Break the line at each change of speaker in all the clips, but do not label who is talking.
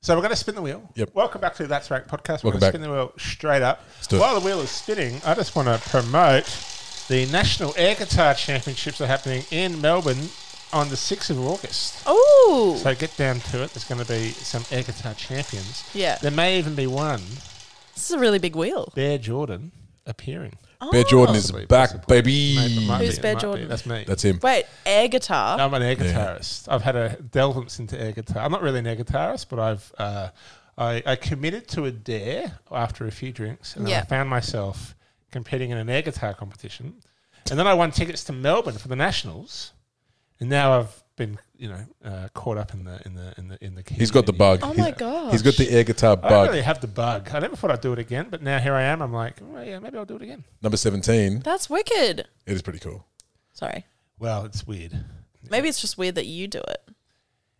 So we're going to spin the wheel.
Yep.
Welcome back to the That's Right podcast. We're
Welcome
going to
back.
spin the wheel straight up.
do it.
While the wheel is spinning, I just want to promote the National Air Guitar Championships are happening in Melbourne on the 6th of August.
Oh,
So get down to it. There's going to be some air guitar champions.
Yeah.
There may even be one,
this is a really big wheel. Oh.
Bear Jordan, appearing.
Bear Jordan is
Possibly,
back,
possibly.
baby.
Might be,
Who's
it
Bear
might be.
Jordan?
That's me.
That's him.
Wait, air guitar.
I'm an air
Yeah.
guitarist. I've had a delvance into air guitar. I'm not really an air guitarist, but I've uh, I, I committed to a dare after a few drinks, and then
Yeah.
I found myself competing in an air guitar competition, and then I won tickets to Melbourne for the nationals, and now I've been you know uh, caught up in the in the in the in the.
He's got the
community.
bug.
Oh
He's-
my god.
He's got the air guitar
I don't
bug.
really have the bug. I never thought I'd do it again, but now here I am. I'm like, well, yeah, maybe I'll do it again.
Number 17.
That's wicked.
It is pretty cool.
Sorry.
Well, it's weird.
Maybe it's just weird that you do it.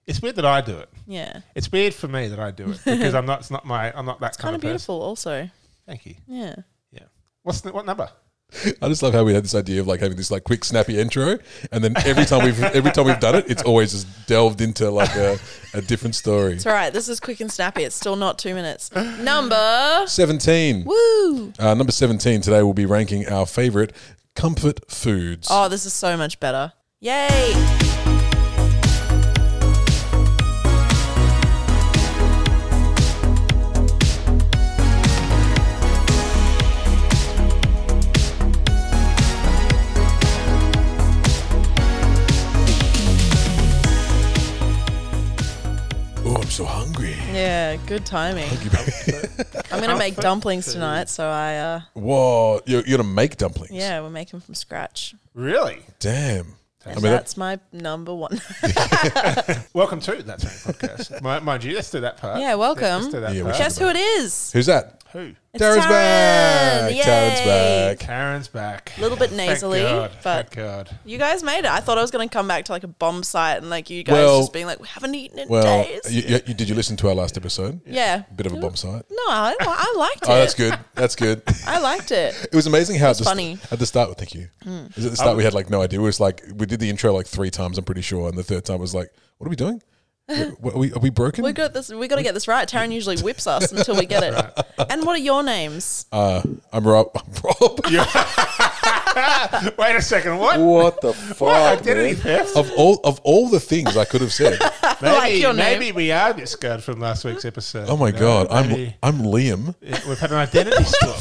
It's weird that I do it.
Yeah.
It's weird for me that I do it because I'm not. It's not my. I'm not that
Kind of
person.
beautiful, also.
Thank you.
Yeah.
Yeah. What's the, what number?
I just love how we had this idea of like having this like quick snappy intro, and then every time we've every time we've done it, it's always just delved into like a, a different story.
It's all right. This is quick and snappy. It's still not two minutes. Number.
Seventeen.
Woo.
Uh, number seventeen today we'll be ranking our favorite comfort foods.
Oh, this is so much better. Yay.
Oh, I'm so hungry.
Yeah, good timing. I'm gonna make dumplings tonight, so I uh
Whoa, you're, you're gonna make dumplings?
yeah, we'll make them from scratch.
Really?
Damn. I
And
mean, that,
that's my number one.
Welcome to That's Right Podcast. Mi- Mind you, let's do that part.
Yeah, welcome.
Let's do that
Yeah, we
part.
Guess who it is?
who's that?
Who?
It's
Darren's
Taryn.
back.
Yay.
Taryn's back.
Karen's back.
Little bit nasally,
Thank God. Thank
but-
God.
You guys made it. I thought I was gonna come back to like a bomb site and like you guys
Well-
just being like, we haven't eaten in
Well,
days.
you, you, you- did you listen to our last episode?
yeah.
Bit of a bomb site.
No, I, I liked it.
Oh, that's good. That's good.
I liked it.
It was amazing how at the,
funny. Hmm. Oh.
at the start. Thank you. Is at the start we had like no idea. It was like we did the intro like three times. I'm pretty sure, and the third time was like, "What are we doing? Wh- wh- are, we, are we broken?"
We got this. We got to get this right. Taryn usually whips us until we get it. And what are your names?
uh, I'm Rob. I'm Rob.
Wait a second. What?
what the fuck?
Identity theft?
Of all of all the things I could have said.
Maybe,
like your name.
maybe we are this girl from last week's episode.
Oh my
You know,
god! I'm
maybe
I'm Liam.
it- we've had an identity score.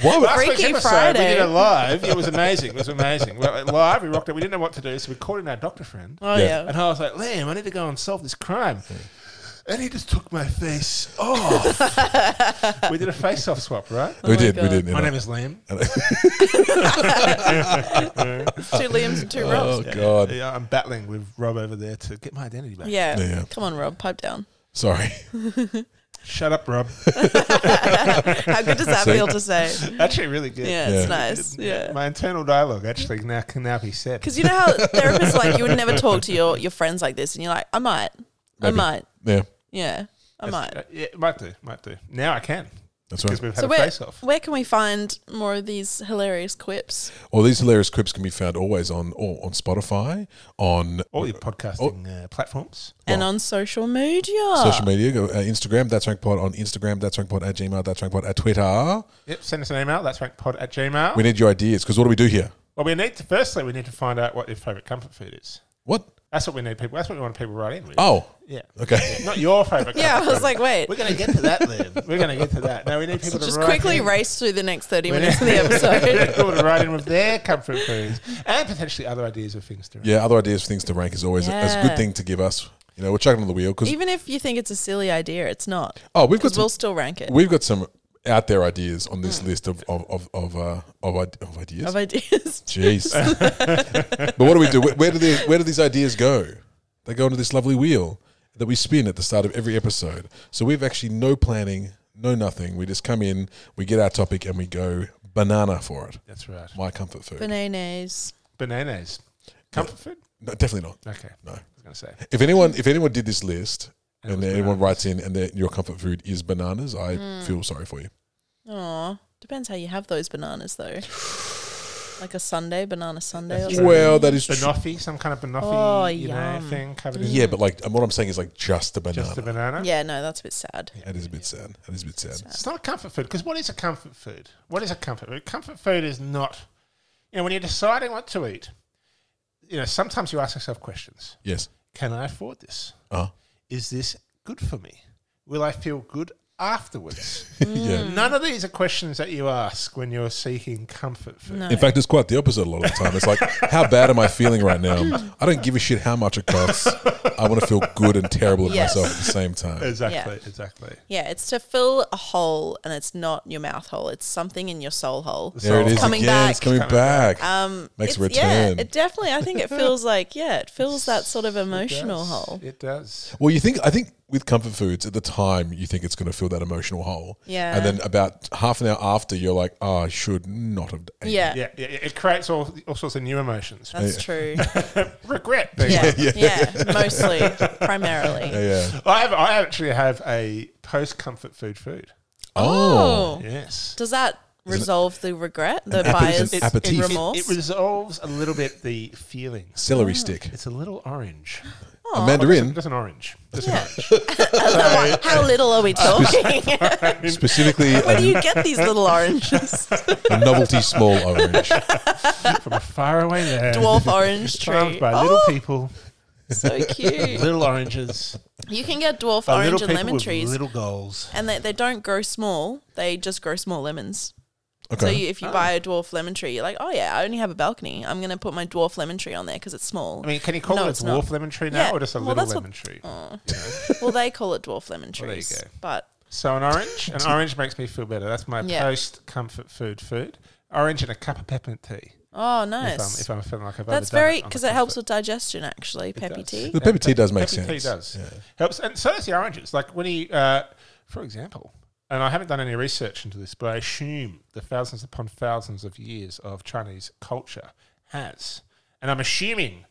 Why would
Last week's
Freaky
episode, we
Friday.
did it live. It was amazing. It was amazing. We went live, we rocked it. We didn't know what to do, so we called in our doctor friend.
Oh
Yeah.
yeah.
And I was like, Liam, I need to go and solve this crime. And he just took my face off. we did a face off swap, right?
we
Oh my
did? We
God.
did. you
My
know.
name is Liam.
Two Liams and two
oh
Robs.
god!
Yeah, I'm battling with Rob over there to get my identity back.
Yeah.
Yeah.
Come on, Rob. Pipe down.
Sorry.
Shut up, Rob.
How good does that
See?
feel to say?
actually, really good.
Yeah,
Yeah.
it's nice. Yeah.
My internal dialogue actually now can now be said.
Because you know how therapists are like you would never talk to your, your friends like this, and you're like, I might,
Maybe.
I might,
Yeah,
yeah, I might.
Uh, yeah, might do, might do. Now I can
that's
because
right.
we've had
So
a
where
face off.
where can we find more of these hilarious quips?
Well, these hilarious clips can be found always on or on Spotify, on
All your podcasting uh, platforms.
and on social media,
social media. Go, uh, Instagram, that's rank pod on Instagram, that's rank pod at Gmail, that's rank pod at Twitter.
Yep, send us an email. That's rankpod at gmail.
We need your ideas because what do we do here?
well, we need to, firstly, we need to find out what your favorite comfort food is.
What?
That's what we need people. That's what we want people to write in with.
Oh,
Yeah.
okay.
Not your favorite.
Yeah, I
comfort
was like, wait,
food. we're going to get to that, Liam. We're going to get to that. Now we need people to
just
write
quickly
in.
race through the next thirty
We
minutes of
need-
the
we need
episode.
people to write in with their comfort foods and potentially other ideas of things to. Write.
Yeah, other ideas for things to rank is always a, is a
Yeah.
good thing to give us. You know, we're chugging on the wheel because
Even if you think it's a silly idea, it's not.
oh, we've got
'Cause
some,
we'll Hmm. still rank it.
we've got some out there ideas on this list of of of of, uh, of, ide- of ideas.
of ideas.
Jeez. but what do we do? Where, where do these where do these ideas go? They go into this lovely wheel that we spin at the start of every episode. So we've actually no planning, no nothing. We just come in, we get our topic, and we go banana for it.
That's right.
My comfort food.
Bananas.
Bananas, comfort food.
No, definitely not.
Okay,
No.
I was going to say.
If anyone if anyone did this list
And it
and
was
anyone
bananas.
writes in and their, your comfort food is bananas,
Mm. Hmm.
I feel sorry for you.
Aw. Depends how you have those bananas, though. Like a Sunday, banana Sunday or
That's
something.
Well, that is true.
Banoffee, some kind of banoffee,
Oh,
you know,
yum.
thing covered in
Yeah, but like what I'm saying is like just a banana.
just a banana.
Yeah, no, that's a bit sad.
That is a bit sad. That is a bit sad.
It's not comfort food because what is a comfort food? What is a comfort food? Comfort food is not, you know, when you're deciding what to eat, you know, sometimes you ask yourself questions
Yes.
Can I afford this?
Uh-huh.
Is this good for me? Will I feel good afterwards?
yeah.
Hmm.
None of these are questions that you ask when you're seeking comfort food.
No.
In fact, it's quite the opposite a lot of the time. It's like, how bad am I feeling right now? I don't give a shit how much it costs. I want to feel good and terrible at
Yes.
myself at the same time.
Exactly, exactly.
Yeah, it's to fill a hole, and it's not your mouth hole. It's something in your soul hole.
There it is
Coming
again.
back.
It's coming back.
Um,
Makes a
it's- yeah,
return.
it definitely. I think it feels like yeah, it fills that sort of emotional
Yes,
hole.
It does.
Well, you think I think with comfort foods at the time you think it's going to fill that emotional hole,
Yeah.
and then about half an hour after you're like, oh, I should not have. Eaten.
Yeah,
Yeah, yeah, it creates all, all sorts of new emotions.
that's true.
Regret being
Yeah, yeah, mostly, primarily.
yeah, yeah.
I have. I actually have a post comfort food food.
Oh,
Yes.
does that resolve the regret, the
appe- it's
buyer's
an aperitif.
remorse?
It resolves a little bit the feelings.
celery
Oh.
stick,
It's a little orange.
a
Just,
mandarin,
just an orange. Just
Yeah.
an
How little are we talking?
orange.
specifically
Where do
a,
you get these little oranges?
a novelty small orange.
From a faraway land.
Dwarf orange
Charmed
tree.
by
Oh,
little people,
so cute.
little oranges,
You can get dwarf
by
orange
little
and
people
lemon
with
trees,
little goals.
and they, they don't grow small. They just grow small lemons. So
Okay,
you,
Oh.
if you buy a dwarf lemon tree, you're like, oh yeah, I only have a balcony. I'm gonna put my dwarf lemon tree on there because it's small.
I mean, can you call
No,
it
it's
a
not.
dwarf lemon tree now,
Yeah.
or just a
Well,
little
that's what-
lemon tree?
Oh.
You know?
well, they call it dwarf lemon trees.
Well, there you go.
But
So an orange, an orange makes me feel better. That's my
Yeah.
post comfort food food. Orange and a cup of peppermint tea.
oh,
If I'm,
nice.
if I'm feeling like I've
That's
overdone
very
it on
because
the
it helps
comfort.
with digestion actually. Peppy
does.
tea.
the pepper tea does make
Peppermint
sense.
tea does
Yeah.
helps, and so does the oranges. Like when you, uh, for example, and I haven't done any research into this, but I assume the thousands upon thousands of years of Chinese culture has, and I'm assuming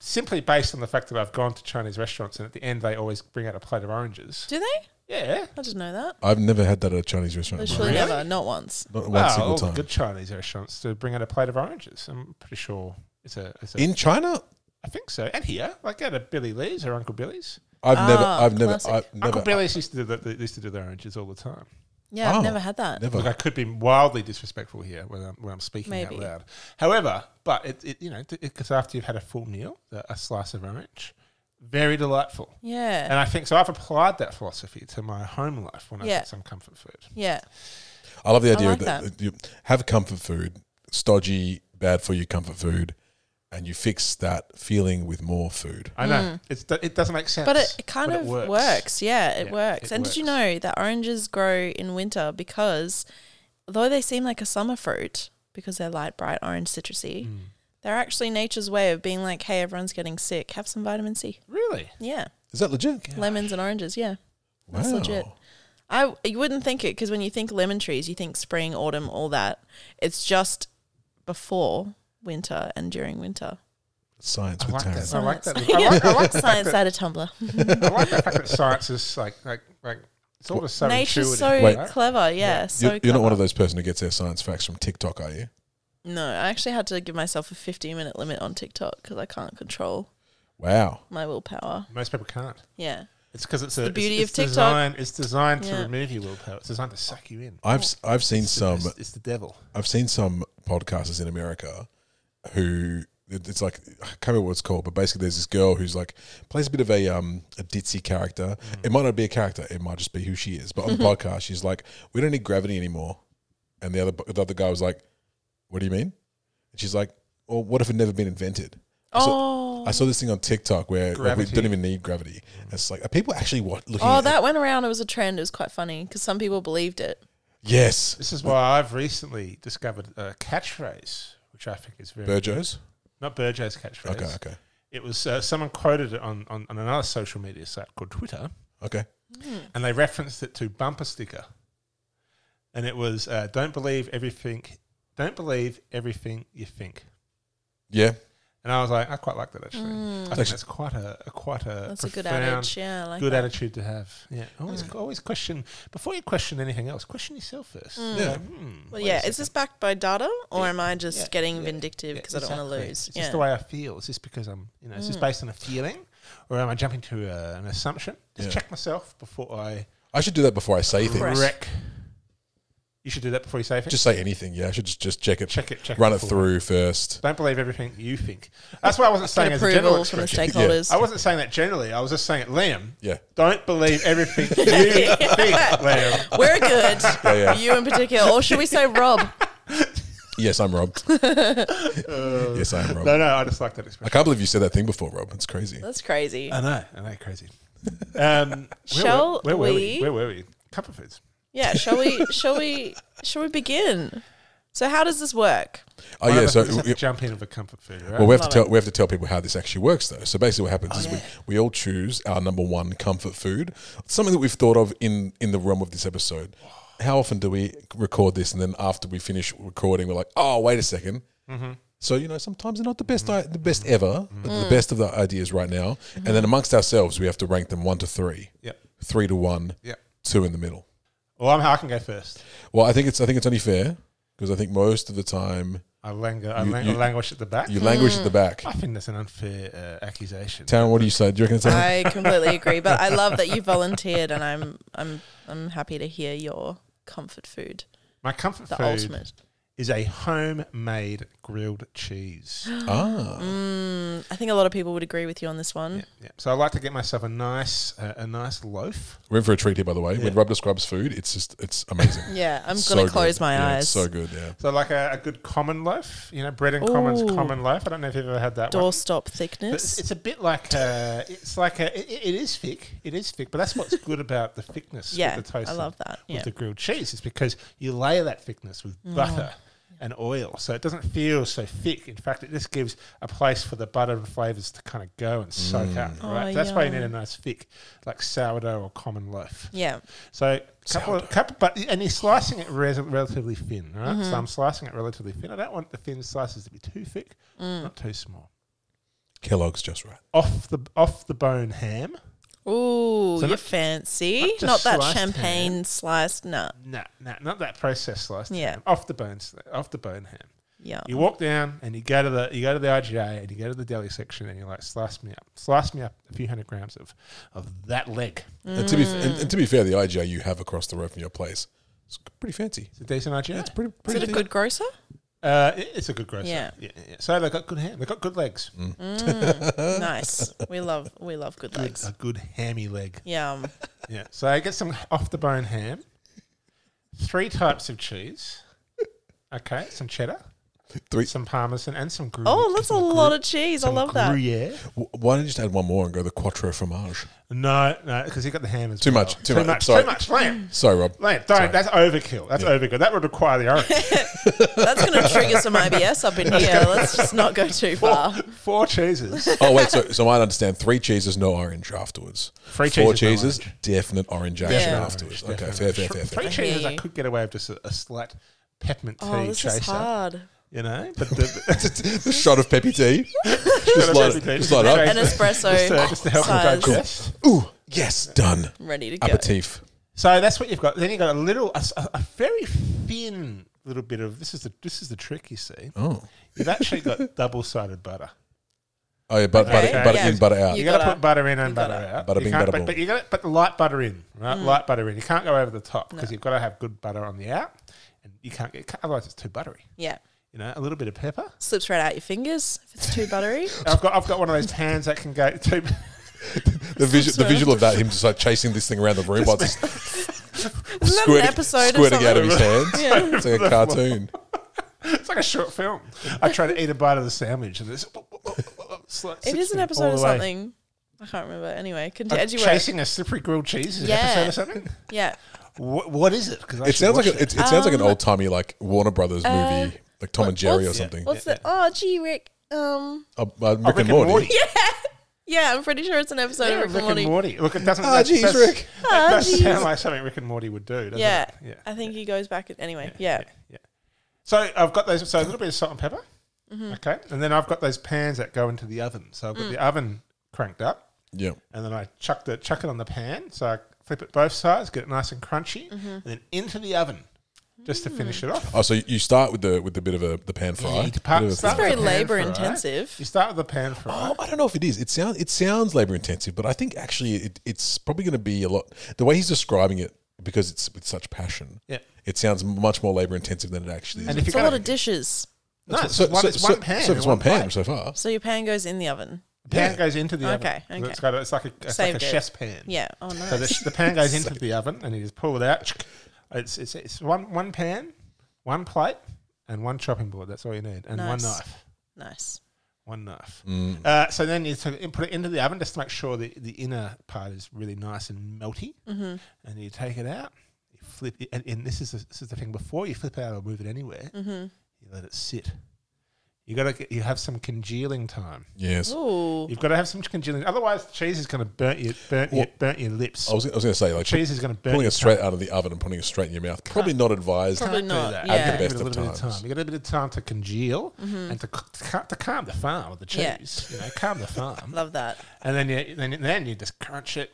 simply based on the fact that I've gone to Chinese restaurants and at the end they always bring out a plate of oranges.
Do they?
Yeah,
I didn't know that.
I've never had that at a Chinese restaurant. in my
Literally
Oh, Really?
never, not once.
life. Not one
Well, all
single
the
time.
Oh, good Chinese restaurants to bring out a plate of oranges. I'm pretty sure it's a. It's a I
In China,
think so. And here, like at a Billy Lee's or Uncle Billy's.
I've never,
Ah,
I've never,
classic.
I've never,
Uncle Billy's used to do the, they used to do the oranges all the time.
Yeah,
Oh.
I've never had that.
never.
Look, I could be wildly disrespectful here when I'm, when I'm speaking out
Maybe.
loud. However, but it, it you know because after you've had a full meal, the, a slice of orange, very delightful. And
Yeah,
I think so. I've applied that philosophy to my home life when I
Yeah.
get some comfort food.
yeah,
I love the idea
like
of that. that you have comfort food, stodgy, bad for you comfort food, and you fix that feeling with more food.
I know it's it doesn't make sense,
Mm. but it, it kind
but
of works. Yeah, it
Yeah,
works.
it
and did you
works.
know that oranges grow in winter because, though they seem like a summer fruit because they're light, bright orange, citrusy,
Mm.
they're actually nature's way of being like, hey, everyone's getting sick. Have some vitamin C.
Really?
Yeah,
Is that legit?
lemons and oranges. Yeah. That's legit. I you wouldn't think it because when you think lemon trees, you think spring, autumn, all that. It's just before winter and during winter.
Science
I
with
like
Taryn.
that. I like that. I like, I like,
Science out of Tumblr.
I like the fact that science is like like like it's all just so
Nature's
intuitive.
so
Wait.
right?
clever. Yeah, so
You're, you're not
clever.
one of those person who gets their science facts from TikTok, are you?
No, I actually had to give myself a 15 minute limit on TikTok because I can't control
Wow.
my willpower.
Most people can't.
Yeah.
It's because it's,
the
a, it's-
beauty of
it's
TikTok.
Designed, it's designed to
Yeah.
remove your willpower. It's designed to suck you in.
I've s- I've seen
It's the-
some
it's, it's the devil.
I've seen some podcasters in America who it- it's like I can't remember what it's called, but basically there's this girl who's like plays a bit of a um a ditzy character.
Mm-hmm.
It might not be a character, it might just be who she is. But on the podcast, she's like, "We don't need gravity anymore," and the other the other guy was like, "What do you mean?" And she's like, "Well, what if it never been invented?" I saw-
Oh.
I saw this thing on TikTok where like, we
Gravity.
don't even need gravity. And it's like, are people actually what, looking?
Mm-hmm. Oh,
at
that went around. It was a trend. It was quite funny because some people believed it.
yes,
This is why I've recently discovered a catchphrase, which I think is very
Burjo's.
not Burjo's catchphrase.
Okay, okay,
It was uh, someone quoted it on, on, on another social media site called Twitter,
okay.
and they referenced it to bumper sticker, and it was uh, "Don't believe everything, don't believe everything you think."
Yeah,
And I was like, I quite like that actually. I think
Actually-
that's quite a, a quite a
That's a good
profound,
adage. Yeah, I like
good
that. Mm.
attitude to have. Yeah, always always question before you question anything else. Question yourself first.
Yeah.
Like, hmm,
Mm.
wait
Well,
a
yeah.
second.
Is this backed by data, or
Yeah,
am I just
yeah,
getting
yeah,
vindictive because
Yeah,
I don't
exactly.
want to lose?
Is this
Yeah. Mm.
the way I feel? Is this because I'm you know? Is this based on a feeling, or am I jumping to uh, an assumption? Just
Yeah.
check myself before I
I should do that before I say things.
Correct.
wreck. You should do that before you say anything.
Just say anything. Yeah, I should just, just check it,
check it. Check
run it
before.
through first.
Don't believe everything you think. That's why I wasn't
Get
saying as a general
approval from the
expression.
stakeholders.
I wasn't saying that generally. I was just saying it, Liam.
Yeah.
Don't believe everything you think, Liam.
We're good.
yeah.
You in particular, or should we say Rob?
Yes, I'm Rob. yes, I am Rob.
Uh, No, no, I just like that
I
expression.
can't believe you said that thing before, Rob. It's crazy.
That's crazy.
I know, I know, crazy. Um, where
Shall
were, where were we?
we-
Where were we? Comfort foods.
Yeah. Shall we? Shall we? Shall we begin? So, how does this work?
Oh yeah, so
Just have to
we-
jump in with a comfort food, right?
well, we have to
Love
tell
it.
we have to tell people how this actually works though. So basically, what happens
Oh,
is we, we all choose our number one comfort food, something that we've thought of in in the realm of this episode. How often do we record this, and then after we finish recording, we're like, oh, wait a 2nd
Mm-hmm.
So you know, sometimes they're not the best, i- the best ever, but
Mm.
the best of the ideas right now. And
Mm-hmm.
then amongst ourselves, we have to rank them one to three,
Yep.
three to one,
Yep.
two in the middle.
Well, I'm, I can go first.
Well, I think it's I think it's only fair because I think most of the time
I languor. I
You-
lang-
you-
I languish at the back.
you languish at the
Mm.
back.
I think that's an unfair uh, accusation.
Taryn, what do you say? Do you reckon it's unfair?
I completely agree, but I love that you volunteered, and I'm I'm I'm happy to hear your comfort food,
My comfort
the
food
ultimate.
is a homemade grilled cheese.
ah?
Mm, I think a lot of people would agree with you on this one.
yeah, yeah. So I like to get myself a nice, uh, a nice loaf.
We're in for a treat here, by the way.
Yeah.
When Rob describes food, it's just it's amazing.
Yeah, I'm
So
gonna
good.
close my
Yeah,
eyes.
It's so good, yeah.
So like a, a good common loaf, you know, bread and commons
Ooh.
common loaf. I don't know if you've ever had that one.
Doorstop
But It's,
thickness.
it's a bit like a, it's like a, it, it is thick. It is thick, but that's what's good about the thickness. with
yeah,
the toast
I love that.
with
Yeah, Mm.
the grilled cheese is because you layer that thickness with butter and oil, so it doesn't feel so thick. In fact, it just gives a place for the butter and flavors to kind of go and soak up.
Oh,
Right, So that's why you need a
yum.
nice thick, like sourdough or common loaf.
yeah.
So couple, of, couple, but and you're slicing it res- relatively thin, right?
Mm-hmm.
So I'm slicing it relatively thin. I don't want the thin slices to be too thick,
Mm.
not too small.
Kellogg's just right.
Off the off the bone ham.
Ooh,
So
you're
not-
fancy.
not just
Not that
sliced
champagne sliced. Nah,
No, no, not that processed slice.
Yeah. Uh-uh.
ham. off the bone, sli- off the bone ham.
yeah.
You walk down and you go to the you go to the IGA and you go to the deli section and you're like, slice me up, slice me up a few hundred grams of of that leg.
Mm.
And to be and, and to be fair, the IGA you have across the road from your place, it's pretty fancy.
It's a decent IGA.
It's pretty
Is
pretty.
it a
decent.
good grocer?
uh, it- it's a good grocer.
Yeah.
Yeah, yeah, yeah. So they got good ham. They got good legs.
Mm. nice. We love we love good
Good,
legs.
a good hammy leg.
Yum.
Yeah. So I get some off the bone ham, three types of cheese. Okay, some cheddar,
Three.
some parmesan, and some gruyere.
Oh, that's a lot of cheese. I
some
love that.
Gruyere.
W- Why don't you just add one more and go the quattro fromage?
No, no, because you got the ham as
Too
well.
much, too much, sorry.
Too much. Lamb.
Sorry, Rob.
Lamb. Don't.
Sorry.
That's overkill. That's overkill. That would require the orange.
That's going to trigger some IBS up in here. Let's just not go too far.
Four cheeses.
Oh wait, so so I understand. Three cheeses, no orange afterwards.
Three
Four
cheeses, no
cheeses, definite orange action
Definite orange,
afterwards. okay,
Definitely.
fair, fair, fair, fair.
Three
fair.
cheeses, I
Yeah.
could get away with just a, a slight peppermint tea
Oh, this
chaser.
is hard.
You know, but the,
the shot of peppy tea. just light, it- just light it
An
up.
espresso
just, uh, just to help them
size.
digest.
Ooh, yes, done.
Ready to go.
Aperitif.
So that's what you've got. Then you've got a little, a, s- a- a very thin little bit of this is the this is the trick. You see,
Oh.
you've actually got double sided butter.
Oh yeah, but,
Okay.
butter, butter
Yeah.
in, butter out.
You
You, got to
gotta-
put butter in
you
and butter
gotta- Mm.
out.
Butter
you
bing,
can't-
butter
but,
boom.
but you got to put the light butter in, right? Light butter in. You can't go over the top because you've got to have good butter on the out, and you can't get otherwise it's too buttery.
Yeah.
You know, a little bit of pepper.
Slips right out your fingers if it's too buttery.
I've got I've got one of those pans that can go too.
The visual, the
Sorry.
visual of that, him just like chasing this thing around the room while just
Isn't that an
squirting,
episode
squirting
or
out of
something?
his hands.
Yeah.
It's like a cartoon.
It's like a short film. I try to eat a bite of the sandwich, and it's. it's like
It
sips
is an
me all
episode
the
of
way.
something. I can't remember. Anyway,
Like
continue. As you were-
chasing a slippery grilled cheese is
Yeah.
an episode or something.
Yeah.
What, what is it? 'Cause I
It
should
sounds like
watch
a, it, it sounds like an
Um,
old timey like Warner Brothers
uh,
movie, like Tom and Jerry or something.
What's the? Oh, gee, Rick. Um.
Uh, uh, Rick,
Oh,
and Morty.
Yeah, I'm pretty sure it's an episode
Yeah,
of Rick and Morty.
Look, it doesn't.
Ah,
that's-
jeez,
that's-
Rick.
That
Ah,
does
jeez.
sound like something Rick and Morty would do, doesn't
Yeah.
it? Yeah.
I think he goes back. Anyway, yeah.
Yeah. So I've got those. So a little bit of salt and pepper.
Mm-hmm.
Okay. And then I've got those pans that go into the oven. So
Mm.
I've got the oven cranked up
Yeah.
and then I chuck the chuck it on the pan. So I flip it both sides, get it nice and crunchy,
Mm-hmm.
and then into the oven just to finish it off.
Oh, so you start with the with the bit of a the pan fry.
You
Bit
part-
of a
start
thing.
with
It's
the
very
pan
labour
fry.
intensive.
You start with the pan fry.
Oh, I don't know if it is. It sounds it sounds labor intensive, but I think actually it, it's probably going to be a lot. The way he's describing it, because it's with such passion,
Yeah.
it sounds much more labor intensive than it actually is.
And if
It's
you
a
got
lot of dishes.
no,
That's
it's
what-
one, it's
so,
one
so-
pan.
So
and
it's one pan
plate.
so far.
So your pan goes in the oven.
The pan
Yeah.
goes into the oven.
Okay,
So It's,
okay.
got, a- it's like a, it's like a
Saved it.
chef's pan.
Yeah. Oh, nice.
So the, the pan goes into the oven, and you just pull it out. It's it's, it's one one pan, one plate, and one chopping board. That's all you need, and one
Nice.
knife.
nice.
One knife. Uh, so then you took- you put it into the oven just to make sure the, the inner part is really nice and melty. Mm-hmm. And you take it out, you flip it, and, and this is the, this is the thing. Before you flip it out or move it anywhere,
Mm-hmm.
you let it sit. You gotta get, you have some congealing time.
Yes.
Ooh.
You've got to have some congealing. Otherwise, cheese is going to burn your burnt your, burnt your lips.
I was, I was going to say, like,
cheese is going to burn.
oh, pulling
your
it straight out of the oven and putting it straight in your mouth, probably not advised.
Probably
do
not.
that.
Yeah. Mm-hmm.
I'd give
Give it a
Best
little
of
bit of
times.
time. You got a bit of time to congeal and to, c- to, ca- to calm the farm with the
Yeah.
cheese. You know, calm the farm.
Love that.
and then you then, then you just crunch it,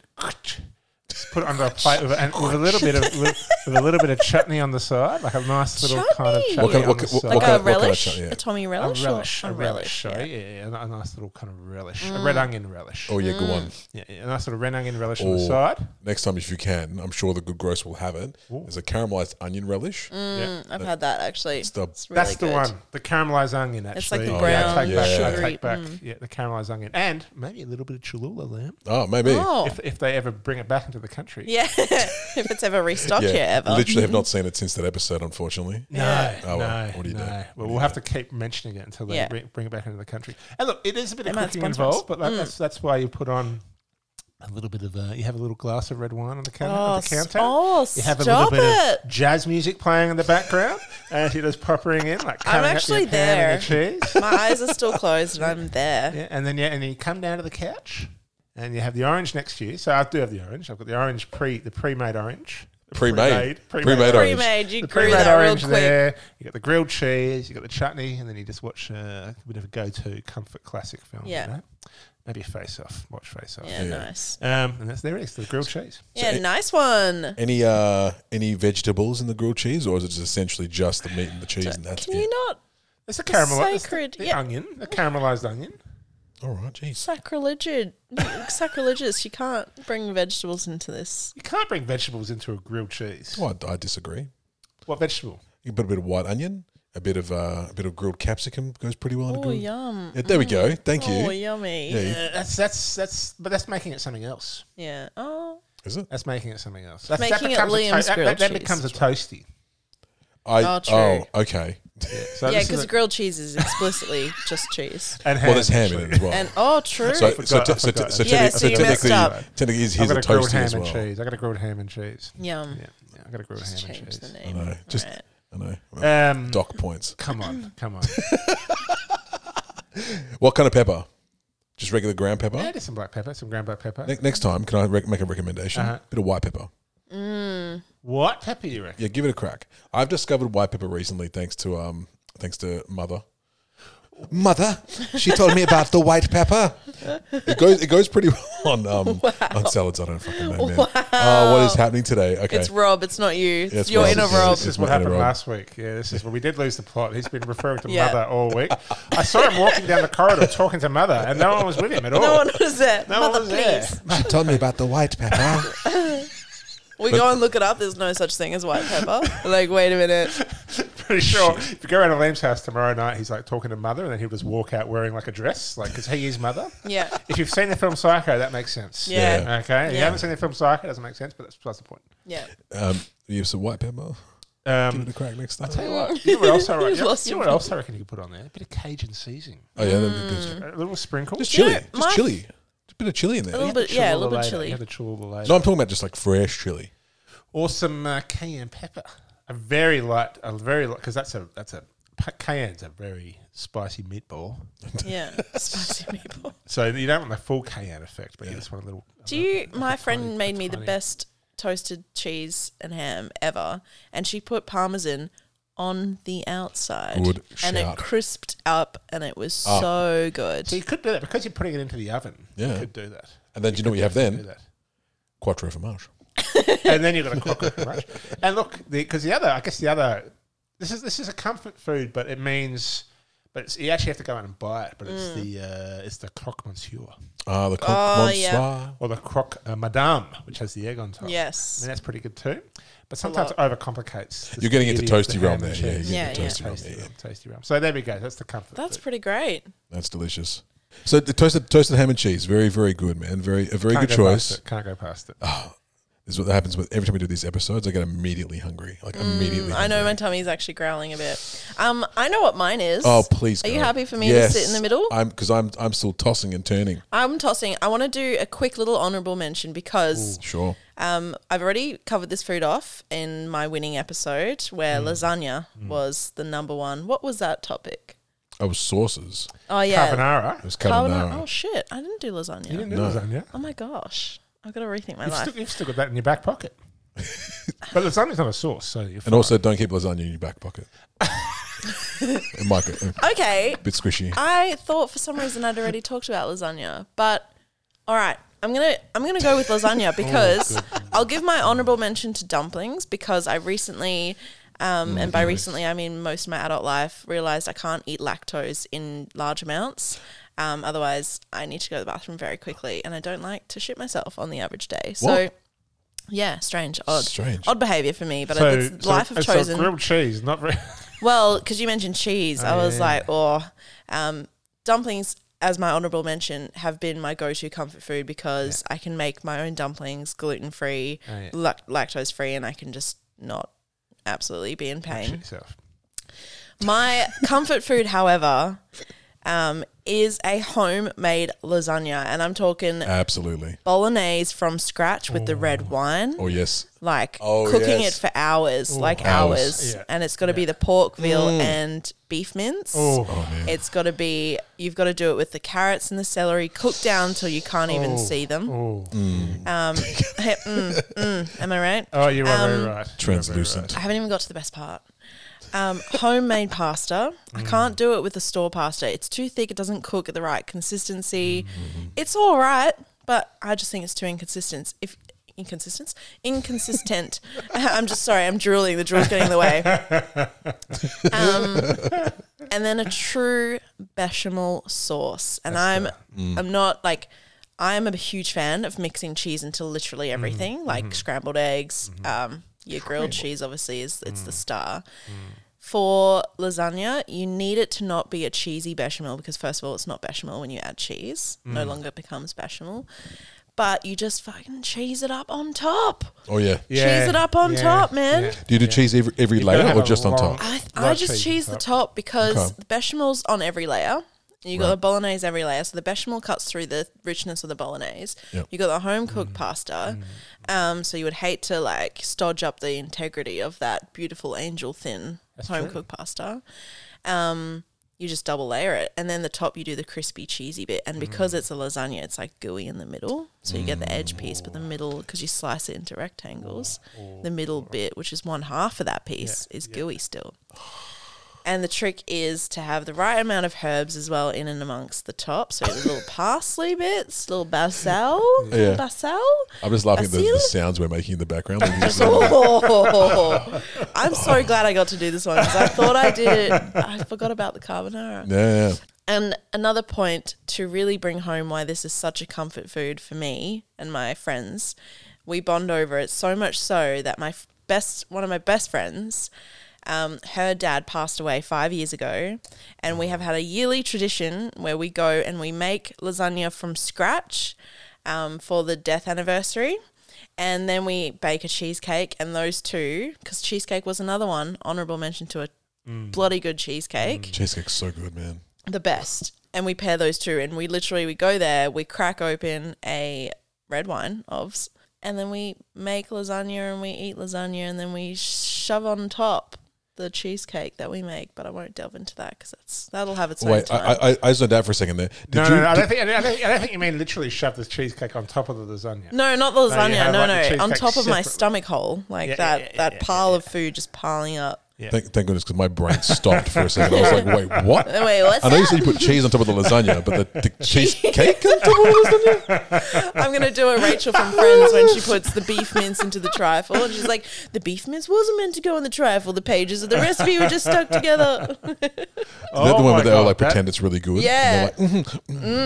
just put it under a plate with, and with a little bit of with, with a little bit of chutney on the side, like a nice little kind of
Chutney?
chutney
What
kind-
on
what
the
ki- what-
side.
what kind of- what
Like a
kind of
relish?
chutney?
A Tommy
a
relish?
relish,
or-
a relish, sorry,
yeah. Mm.
yeah, yeah, a, a nice little kind of relish, a red onion relish,
Oh, yeah, good one.
yeah, yeah, a nice little red onion relish on the
Oh.
Or-
side.
Next time, if you can, I'm sure the good gross will have it. There's a caramelized onion relish.
Mm.
Yeah.
I've had that actually.
the-
It's really
That's the
good.
one, the caramelized onion. Actually,
It's like the mm.
Yeah,
brown,
I take back, I
sugary,
take back, yeah, the caramelized onion, and maybe a little bit of Cholula lamb
Oh, maybe.
Oh.
if, if they ever bring it back into the country.
yeah. if it's ever restocked
Yeah,
here ever.
literally have not seen it since that episode, unfortunately.
No,
Yeah.
Oh,
no,
well, what do you do?
no.
What
Well, we'll have to keep mentioning it until they
Yeah.
bring, bring it back into the country. And look, it is a bit of
They might
cooking
sponsor us. Mm.
involved, but that, that's that's why you put on a little bit of uh, you have a little glass of red wine on the counter.
Oh,
on the counter.
oh,
you have a
stop
little bit
it.
of jazz music playing in the background as you're just poppering in, like
I'm
cutting up
actually
your pan and your cheese.
My eyes are still closed and I'm there.
Yeah, and then yeah, and then you come down to the couch, and you have the orange next to you. So I do have the orange. I've got the orange pre the pre-made orange, The
Pre-made. Pre-made
pre-made
orange.
Pre-made, you
the
grew
pre-made
that real
orange
quick.
there. You got the grilled cheese. You got the chutney, and then you just watch uh, a bit of a go-to comfort classic film. you
Yeah.
know? maybe Face Off. Watch Face Off.
Yeah,
Yeah.
nice.
Um, and that's there it is, the grilled cheese.
Yeah,
it-
nice one.
Any uh any vegetables in the grilled cheese, or is it just essentially just the meat and the cheese, and that's
Can
it?
you not
It's a caramelized it's
sacred-
the, the
yeah.
onion, a caramelized onion.
All right, jeez.
sacrilegious? sacrilegious. You can't bring vegetables into this.
You can't bring vegetables into a grilled cheese.
Well, I, I disagree.
What vegetable?
You put a bit of white onion, a bit of uh, a bit of grilled capsicum goes pretty well. in a
Oh,
grilled-
yum.
Mm-hmm. Yeah, there we go. Thank you.
Oh, yummy.
Yeah,
Yeah.
you-
Uh, that's that's that's, but that's making it something else.
Oh,
Is it?
That's making it something else. That's,
Making it
becomes a
Liam's
that-
grilled
that, that
cheese.
becomes a toasty.
I,
Oh, true.
okay.
So
yeah,
this is
because
a-
grilled cheese is explicitly just cheese.
and ham,
Well, there's ham in
actually.
it as well.
And oh, true.
so,
forgot, I
so, te- so, te-
forgot.
so, te-
Yeah,
so,
so you messed
technically,
up.
technically, is
I've
his a
got a grilled
toasty
ham
as well.
and cheese. I got a grilled ham and cheese.
Yum.
Yeah, yeah I got a grilled
Just
ham
change the
and
I
name.
know. Just,
Alright.
I know. Well,
cheese. Um,
Doc points.
come on, come on.
What kind of pepper? Just regular ground pepper.
yeah, there's some black pepper, some ground black pepper.
Ne- next time, can I rec- make a recommendation?
Uh-huh.
Bit of white pepper.
What pepper you reckon?
Yeah, give it a crack. I've discovered white pepper recently, thanks to um, thanks to mother. Mother, she told me about the white pepper. It goes, it goes pretty well on um, on salads. I don't fucking know, man. Oh, what is happening today? Okay,
It's Rob. It's not you.
it's
It's your
Rob,
inner
it's-
Rob.
This is what
Not in a
happened
row.
last week. Yeah, this is where we did lose the plot. He's been referring to
Yeah.
mother all week. I saw him walking down the corridor talking to mother, and no one was with him at all.
No one was there.
No one
Mother,
was there.
please.
she told me about the white pepper.
We go and look it up. There's no such thing as white pepper. like, wait a minute.
pretty sure if you go around to Liam's house tomorrow night, he's like talking to mother, and then he'll just walk out wearing like a dress, like because he is mother.
Yeah.
If you've seen the film Psycho, that makes sense.
Yeah.
Yeah.
Okay. If you
Yeah.
haven't seen the film Psycho, it doesn't make sense, but that's besides the point.
Yeah.
um, you have some white pepper. Give it
Um,
a crack next time.
tell you what, you know what else I reckon?
You've
You know,
lost
you know
your
what else I reckon you could put on there? A bit of Cajun seasoning,
Oh yeah, that'd be good.
a little sprinkle.
just
You know,
chili,
my-
just chili, just a bit of chili in there.
A little
You have
bit,
to
yeah, a
chill
little bit
later. You
chili.
have to chill later.
No, I'm talking about just like fresh chili.
or some uh, cayenne pepper. A very light, a very light, because that's a that's a pa- cayenne's a very spicy meatball.
Yeah. Spicy meatball.
So you don't want the full cayenne effect, but you just want a little.
Do you? My
tiny-
friend made me the
tiny.
best toasted cheese and ham ever, and she put parmesan on the outside.
Good
and
shout.
it crisped up and it was
Up.
so good.
So you could do that because you're putting it into the oven.
Yeah.
You could do that.
And then do you know what you have
Do
then?
that.
Quattro fromage.
and then you've got to cook it much. And look, because the, other, I guess the other, this is this is a comfort food, but it means, but it's, you actually have to go out and buy it. But it's
Mm.
the uh, it's the croque monsieur
Ah, the coq
Oh,
Monsieur.
yeah.
or the croque uh, madame, which has the egg on top. I mean,
Yes.
that's pretty good too. But sometimes it overcomplicates. the
You're getting into
beauty of
toasty
the
realm
ham
there.
and
Yeah, you're
cheese.
getting into toasty
Yeah, yeah.
realm.
Tasty,
Yeah, yeah.
realm, tasty realm. So there we go. That's the comfort.
That's
food.
pretty great.
That's delicious. So the toasted toasted ham and cheese, very very good, man. Very a very
Can't
good
go past
choice. Ah.
it. Can't go past it.
This is what happens with every time we do these episodes. I get immediately hungry, like immediately.
Mm, I know
hungry.
my tummy's actually growling a bit. Um, I know what mine is.
Oh please!
Are you
God.
happy for me to sit in the middle?
I'm because I'm I'm still tossing and turning.
I'm tossing. I want to do a quick little honorable mention because
Sure.
um, I've already covered this food off in my winning episode where
Mm.
lasagna was the number one. What was that topic?
Oh sauces.
Oh yeah,
It
Carbonara.
was
Carbonara.
carbonara.
Oh shit, I didn't do lasagna.
You didn't do
No.
lasagna.
Oh my gosh, I've got to rethink my
You've
life.
still, you've still got that in your back pocket. but lasagna's not a sauce, so you're fine.
And also, don't keep lasagna in your back pocket. it might get a
okay,
bit squishy.
I thought for some reason I'd already talked about lasagna, but all right, I'm gonna I'm gonna go with
Oh,
lasagna because I'll give my honorable mention to dumplings because I recently. Um,
Mm,
and by recently, I mean most of my adult life. Realized I can't eat lactose in large amounts, um, otherwise I need to go to the bathroom very quickly, and I don't like to shit myself on the average day. So,
What?
yeah, strange, odd,
Strange.
odd behavior for me, but
So-
it's
so
life I've
it's a
chosen.
grilled cheese, not very.
Well, because you mentioned cheese, I was
yeah.
like, oh, um, dumplings, as my honorable mention, have been my go to comfort food because I can make my own dumplings gluten free,
Oh, yeah.
lac- lactose free, and I can just not absolutely be in
Shit
pain.
yourself.
my comfort food, however, um, is a homemade lasagna, and I'm talking
Oh.
Absolutely.
bolognese from scratch with the red wine
Oh yes.
like
Oh,
cooking
yes.
it for hours, like
Hours.
hours,
Yeah. Mm.
and it's got to be the pork veal and beef mince.
Oh.
It's got to be you've got to do it with the carrots and the celery cooked down till you can't even see them.
Oh,
Um, hey, mm, mm, am I right?
oh, you are
Um,
very right.
Translucent.
I haven't even got to the best part. Um, homemade pasta.
Mm.
I can't do it with the store pasta. It's too thick. It doesn't cook at the right consistency.
Mm-hmm.
It's all right, but I just think it's too inconsistent. If inconsistent, inconsistent. I'm just sorry. I'm drooling. The drool's getting in the way. Um, and then a true bechamel sauce. And I'm I'm not like I'm a huge fan of mixing cheese into literally everything, like scrambled eggs. Um, your grilled cheese obviously is it's the star. For lasagna, you need it to not be a cheesy bechamel because first of all, it's not bechamel when you add cheese. No longer becomes bechamel. But you just fucking cheese it up on top.
Oh yeah.
Yeah,
cheese it up on
yeah,
top, man.
yeah.
Do you do cheese every, every
gotta
layer
have
or
a
just on
long-
top?
I,
Light
I just
cheese
cheese
on
the
top.
top because
Okay.
the bechamel's on every layer. You got
Right.
the bolognese every layer, so the bechamel cuts through the richness of the bolognese.
Yep. Mm.
You got the home cooked pasta, um, so you would hate to like stodge up the integrity of that beautiful angel thin home cooked pasta. Um, you just double layer it, and then the top you do the crispy cheesy bit. And because it's a lasagna, it's like gooey in the middle, so you get the edge piece, but the middle because you slice it into rectangles, the middle bit, which is one half of that piece, is gooey still. And the trick is to have the right amount of herbs as well in and amongst the top. So the little parsley bits, little basil,
Yeah.
basil.
I'm just laughing at the, the
Basil?
sounds we're making in the background. Like, you just-
Oh, I'm so glad I got to do this one because I thought I did it. I forgot about the carbonara.
yeah, yeah.
And another point to really bring home why this is such a comfort food for me and my friends, we bond over it so much so that my f- best one of my best friends, um, her dad passed away five years ago, and we have had a yearly tradition where we go and we make lasagna from scratch um, for the death anniversary. And then we bake a cheesecake, and those two, because cheesecake was another one, honorable mention to a bloody good cheesecake
Cheesecake's so good, man.
the best. And we pair those two, and we literally we go there, we crack open a red wine of, and then we make lasagna and we eat lasagna, and then we shove on top the cheesecake that we make. But I won't delve into that because that's that'll have its own
Wait,
time.
I, I, I zoned out for a second there. Did
No,
you,
no, no, I
did-
don't think. I don't think, I don't think you mean literally shove the cheesecake on top of the lasagna.
no, not the
you
lasagna.
have,
No,
like,
no,
the
on
cheesecake
top of my
separately.
stomach hole, like
Yeah, yeah,
that
yeah,
that
yeah,
pile of food just piling up.
Yeah.
Thank, thank goodness, because my brain stopped for a second. I was like, wait, what?
Oh, Wait, what's
I know you
that?
said you put cheese on top of the lasagna, but the, the cheese cake on top of the lasagna?
I'm gonna do a Rachel from Friends when she puts the beef mince into the trifle, and she's like, "The beef mince wasn't meant to go in the trifle. The pages of the recipe were just stuck together."
Is that the one
Oh my
where they all
God,
like
that-
pretend it's really good?
Yeah.
And they're like, "Mm,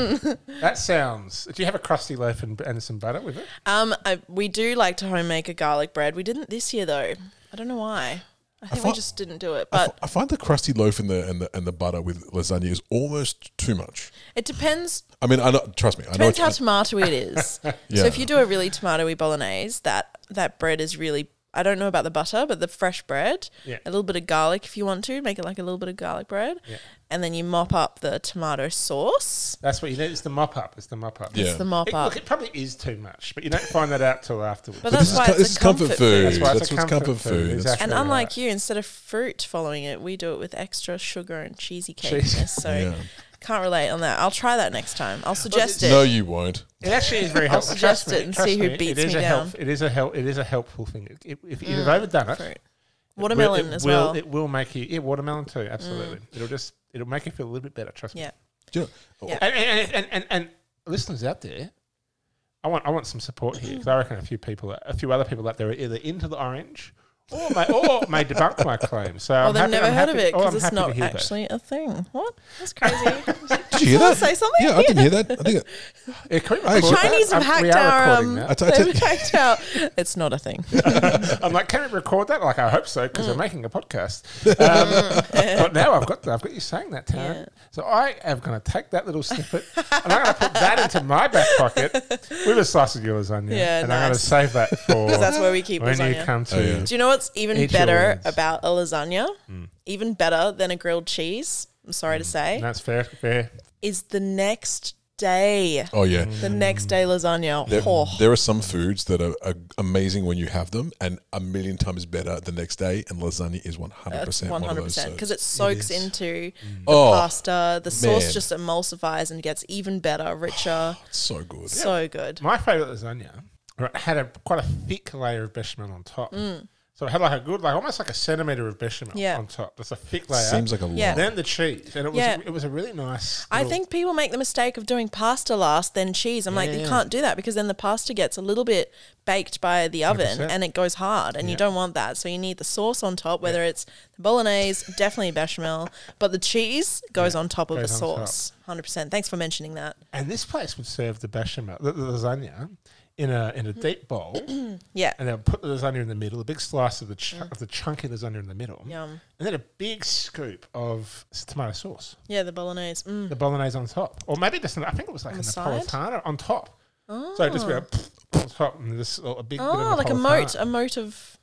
That sounds. Do you have a crusty loaf and, and some butter with it?
um, I, we do like to homemake a garlic bread. We didn't this year though. I don't know why. I think we
thought-
just didn't do it,
I,
but
f- I find the crusty loaf and the, and the and the butter with lasagna is almost too much.
it depends
I mean, I know, trust me, I know.
Depends
It's,
how tomatoey it is.
Yeah.
So if you do a really tomatoey bolognese, that that bread is really. I don't know about the butter, but the fresh bread,
Yeah.
a little bit of garlic if you want to make it like a little bit of garlic bread, and then you mop up the tomato sauce.
That's what you need. It's the mop up. It's the mop up.
Yeah.
It's the mop
It,
up.
look, it probably is too much, but you don't find that out till afterwards.
But
but
that's
this is,
why
co-
it's
this
a
is comfort
comfort
food.
food.
That's,
That's why it's a
what's
comfort
comfort
food,
food. That's-
exactly.
and
Sure,
unlike
right.
you, instead of fruit following it, we do it with extra sugar and cheesy
Cheese.
cakeness. So
Yeah.
can't relate on that. I'll try that next time. I'll suggest it.
No, you won't.
It actually is very
I'll
helpful.
suggest
Trust me,
it and
trust
see who
me,
beats
it is
me
a
down. Mm.
Help, it is a help. It is a helpful thing. If- If, if you've overdone it,
Fruit.
it will-
Watermelon
it
as
will,
well. Mm.
It will make you. Yeah, watermelon too. Absolutely. It'll just. It'll make you feel a little bit better. Trust me.
yeah.
Do you know- oh,
Yeah.
And and, and, and and listeners out there, I want I want some support here because I reckon a few people, a few other people out there are either into the orange or may, or may debunk my claim. So
Oh,
I'm
they've
happy,
never
I'm
heard
happy-
of it
oh,
because
I'm
it's
happy to
not
hear that.
actually a thing. What? That's crazy.
Did you hear
Someone
that?
say something?
Yeah, I didn't hear that. I think it,
Yeah, can we
I
record
agree.
that?
Chinese have
Um, we
hacked
are
our,
recording
um,
that.
I t- I
They've
t-
typed out. It's not a thing.
I'm like, can it record that? Like, I hope so because
Mm.
we're making a podcast. Um, but now I've got I've got you saying that, Taryn.
Yeah.
So I am going to take that little snippet and I'm going to put that into my back pocket with a slice of your lasagna.
Yeah,
and I'm going to
nice.
save that for
That's where we keep
when you
lasagna.
come to.
Oh, yeah.
Do you know what's even
Eat your
better
words.
about a lasagna?
Mm.
Even better than a grilled cheese. I'm sorry to say,
That's fair. Fair.
is the next day.
oh yeah.
The next day lasagna.
There,
Oh,
there are some foods that are, are amazing when you have them, and a million times better the next day. And lasagna is one hundred
that's
percent one of those.
100%
foods.
because it soaks into
Mm.
the
Oh,
pasta. The sauce
man.
just emulsifies and gets even better, richer.
It's so good.
so good.
My favourite lasagna right, had a quite a thick layer of bechamel on top. So it had like a good, like almost like a centimetre of bechamel
Mm. Yeah.
on top. That's a thick layer.
Seems like a
Yeah.
lot.
then the cheese, and it was
Yeah.
it was a really nice.
I
little-
think people make the mistake of doing pasta last, then cheese. I'm like, you
Yeah.
can't do that because then the pasta gets a little bit baked by the oven
100%.
and it goes hard, and you
Yeah.
don't want that. So you need the sauce on top, whether it's the bolognese, definitely bechamel, but the cheese goes on top of the
goes on top.
sauce. 100%. Thanks for mentioning that.
And this place would serve the bechamel, the, the lasagna, in a in a
Mm.
deep bowl, and
Yeah.
they'll put the lasagna in the middle, a big slice of the ch- of the chunky lasagna in the middle,
Mm. Yum.
and then a big scoop of s- tomato sauce,
Yeah, the bolognese. Mm.
the bolognese on top, or maybe just an- I think it was like a
the side?
napolitana on top. So it'd just be a on top and this a big bit
Oh,
of
like a
Napolitana.
moat, a moat of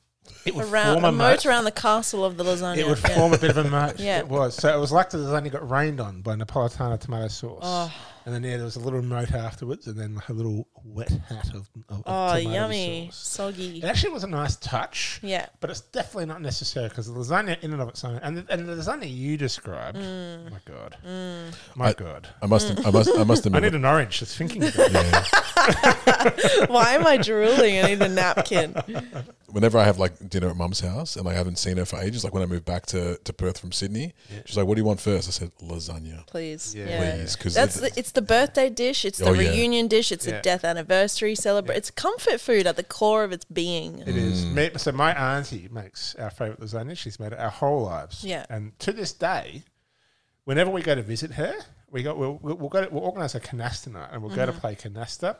It would
around
form
a,
a
moat
moat.
around the castle of the lasagna.
It would
Yeah.
form a bit of a moat.
Yeah.
It was. So it was like the lasagna got rained on by Napolitana tomato sauce.
Oh.
And then yeah, there was a little moat afterwards and then a little wet hat of, of, of
Oh,
tomato
yummy,
sauce.
soggy.
It actually was a nice touch.
Yeah.
But it's definitely not necessary because the lasagna in and of its own, and the, and the lasagna you described,
Mm.
my God. My God.
I must. I must. I
I
must admit.
need an orange just thinking about it.
yeah.
Why am I drooling? I need a napkin.
whenever I have like dinner at mum's house and I haven't seen her for ages, like when I moved back to, to Perth from Sydney, she's like, "What do you want first? I said, "Lasagna,
please.
Yeah.
Yeah.
please," because
That's the, it's the birthday dish. It's the
Oh, yeah.
reunion dish. It's
Yeah.
a death anniversary celebration. It's comfort food at the core of its being.
It is. Me- So my auntie makes our favourite lasagna. She's made it our whole lives.
Yeah.
And to this day, whenever we go to visit her, we go we'll, we'll we'll go to, we'll organise a canasta night and we'll go to
Mm-hmm.
play canasta,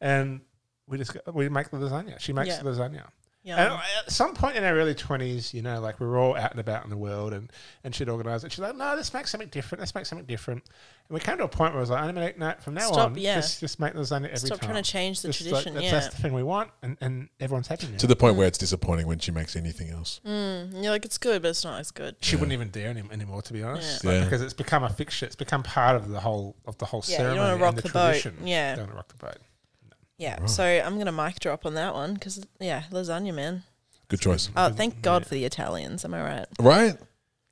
and we just go, we make the lasagna. She makes
Yeah.
the lasagna. And
Yeah.
at some point in our early twenties, you know, like we were all out and about in the world, and and she'd organise it. She's like, "No, let's make something different. Let's make something different." And we came to a point where I was like, "I'm gonna no, from now
Stop,
on,
yeah.
just just make lasagna every
Stop
time."
trying to change the
Just like,
tradition.
that's,
yeah.
that's the thing we want, and, and everyone's happy now.
to the
Mm.
point where it's disappointing when she makes anything else.
And Mm-hmm. you're like, it's good, but it's not as good.
she wouldn't even dare any, anymore, to be honest,
Yeah.
Like,
Yeah.
because it's become a fixture. It's become part of the whole of the whole
Yeah, you don't
ceremony
wanna rock
and the,
the boat.
tradition.
Yeah.
don't wanna rock the boat.
Yeah. So I'm going to mic drop on that one because, yeah, lasagna, man.
Good choice,
Oh, thank God for the Italians. Am I right?
right?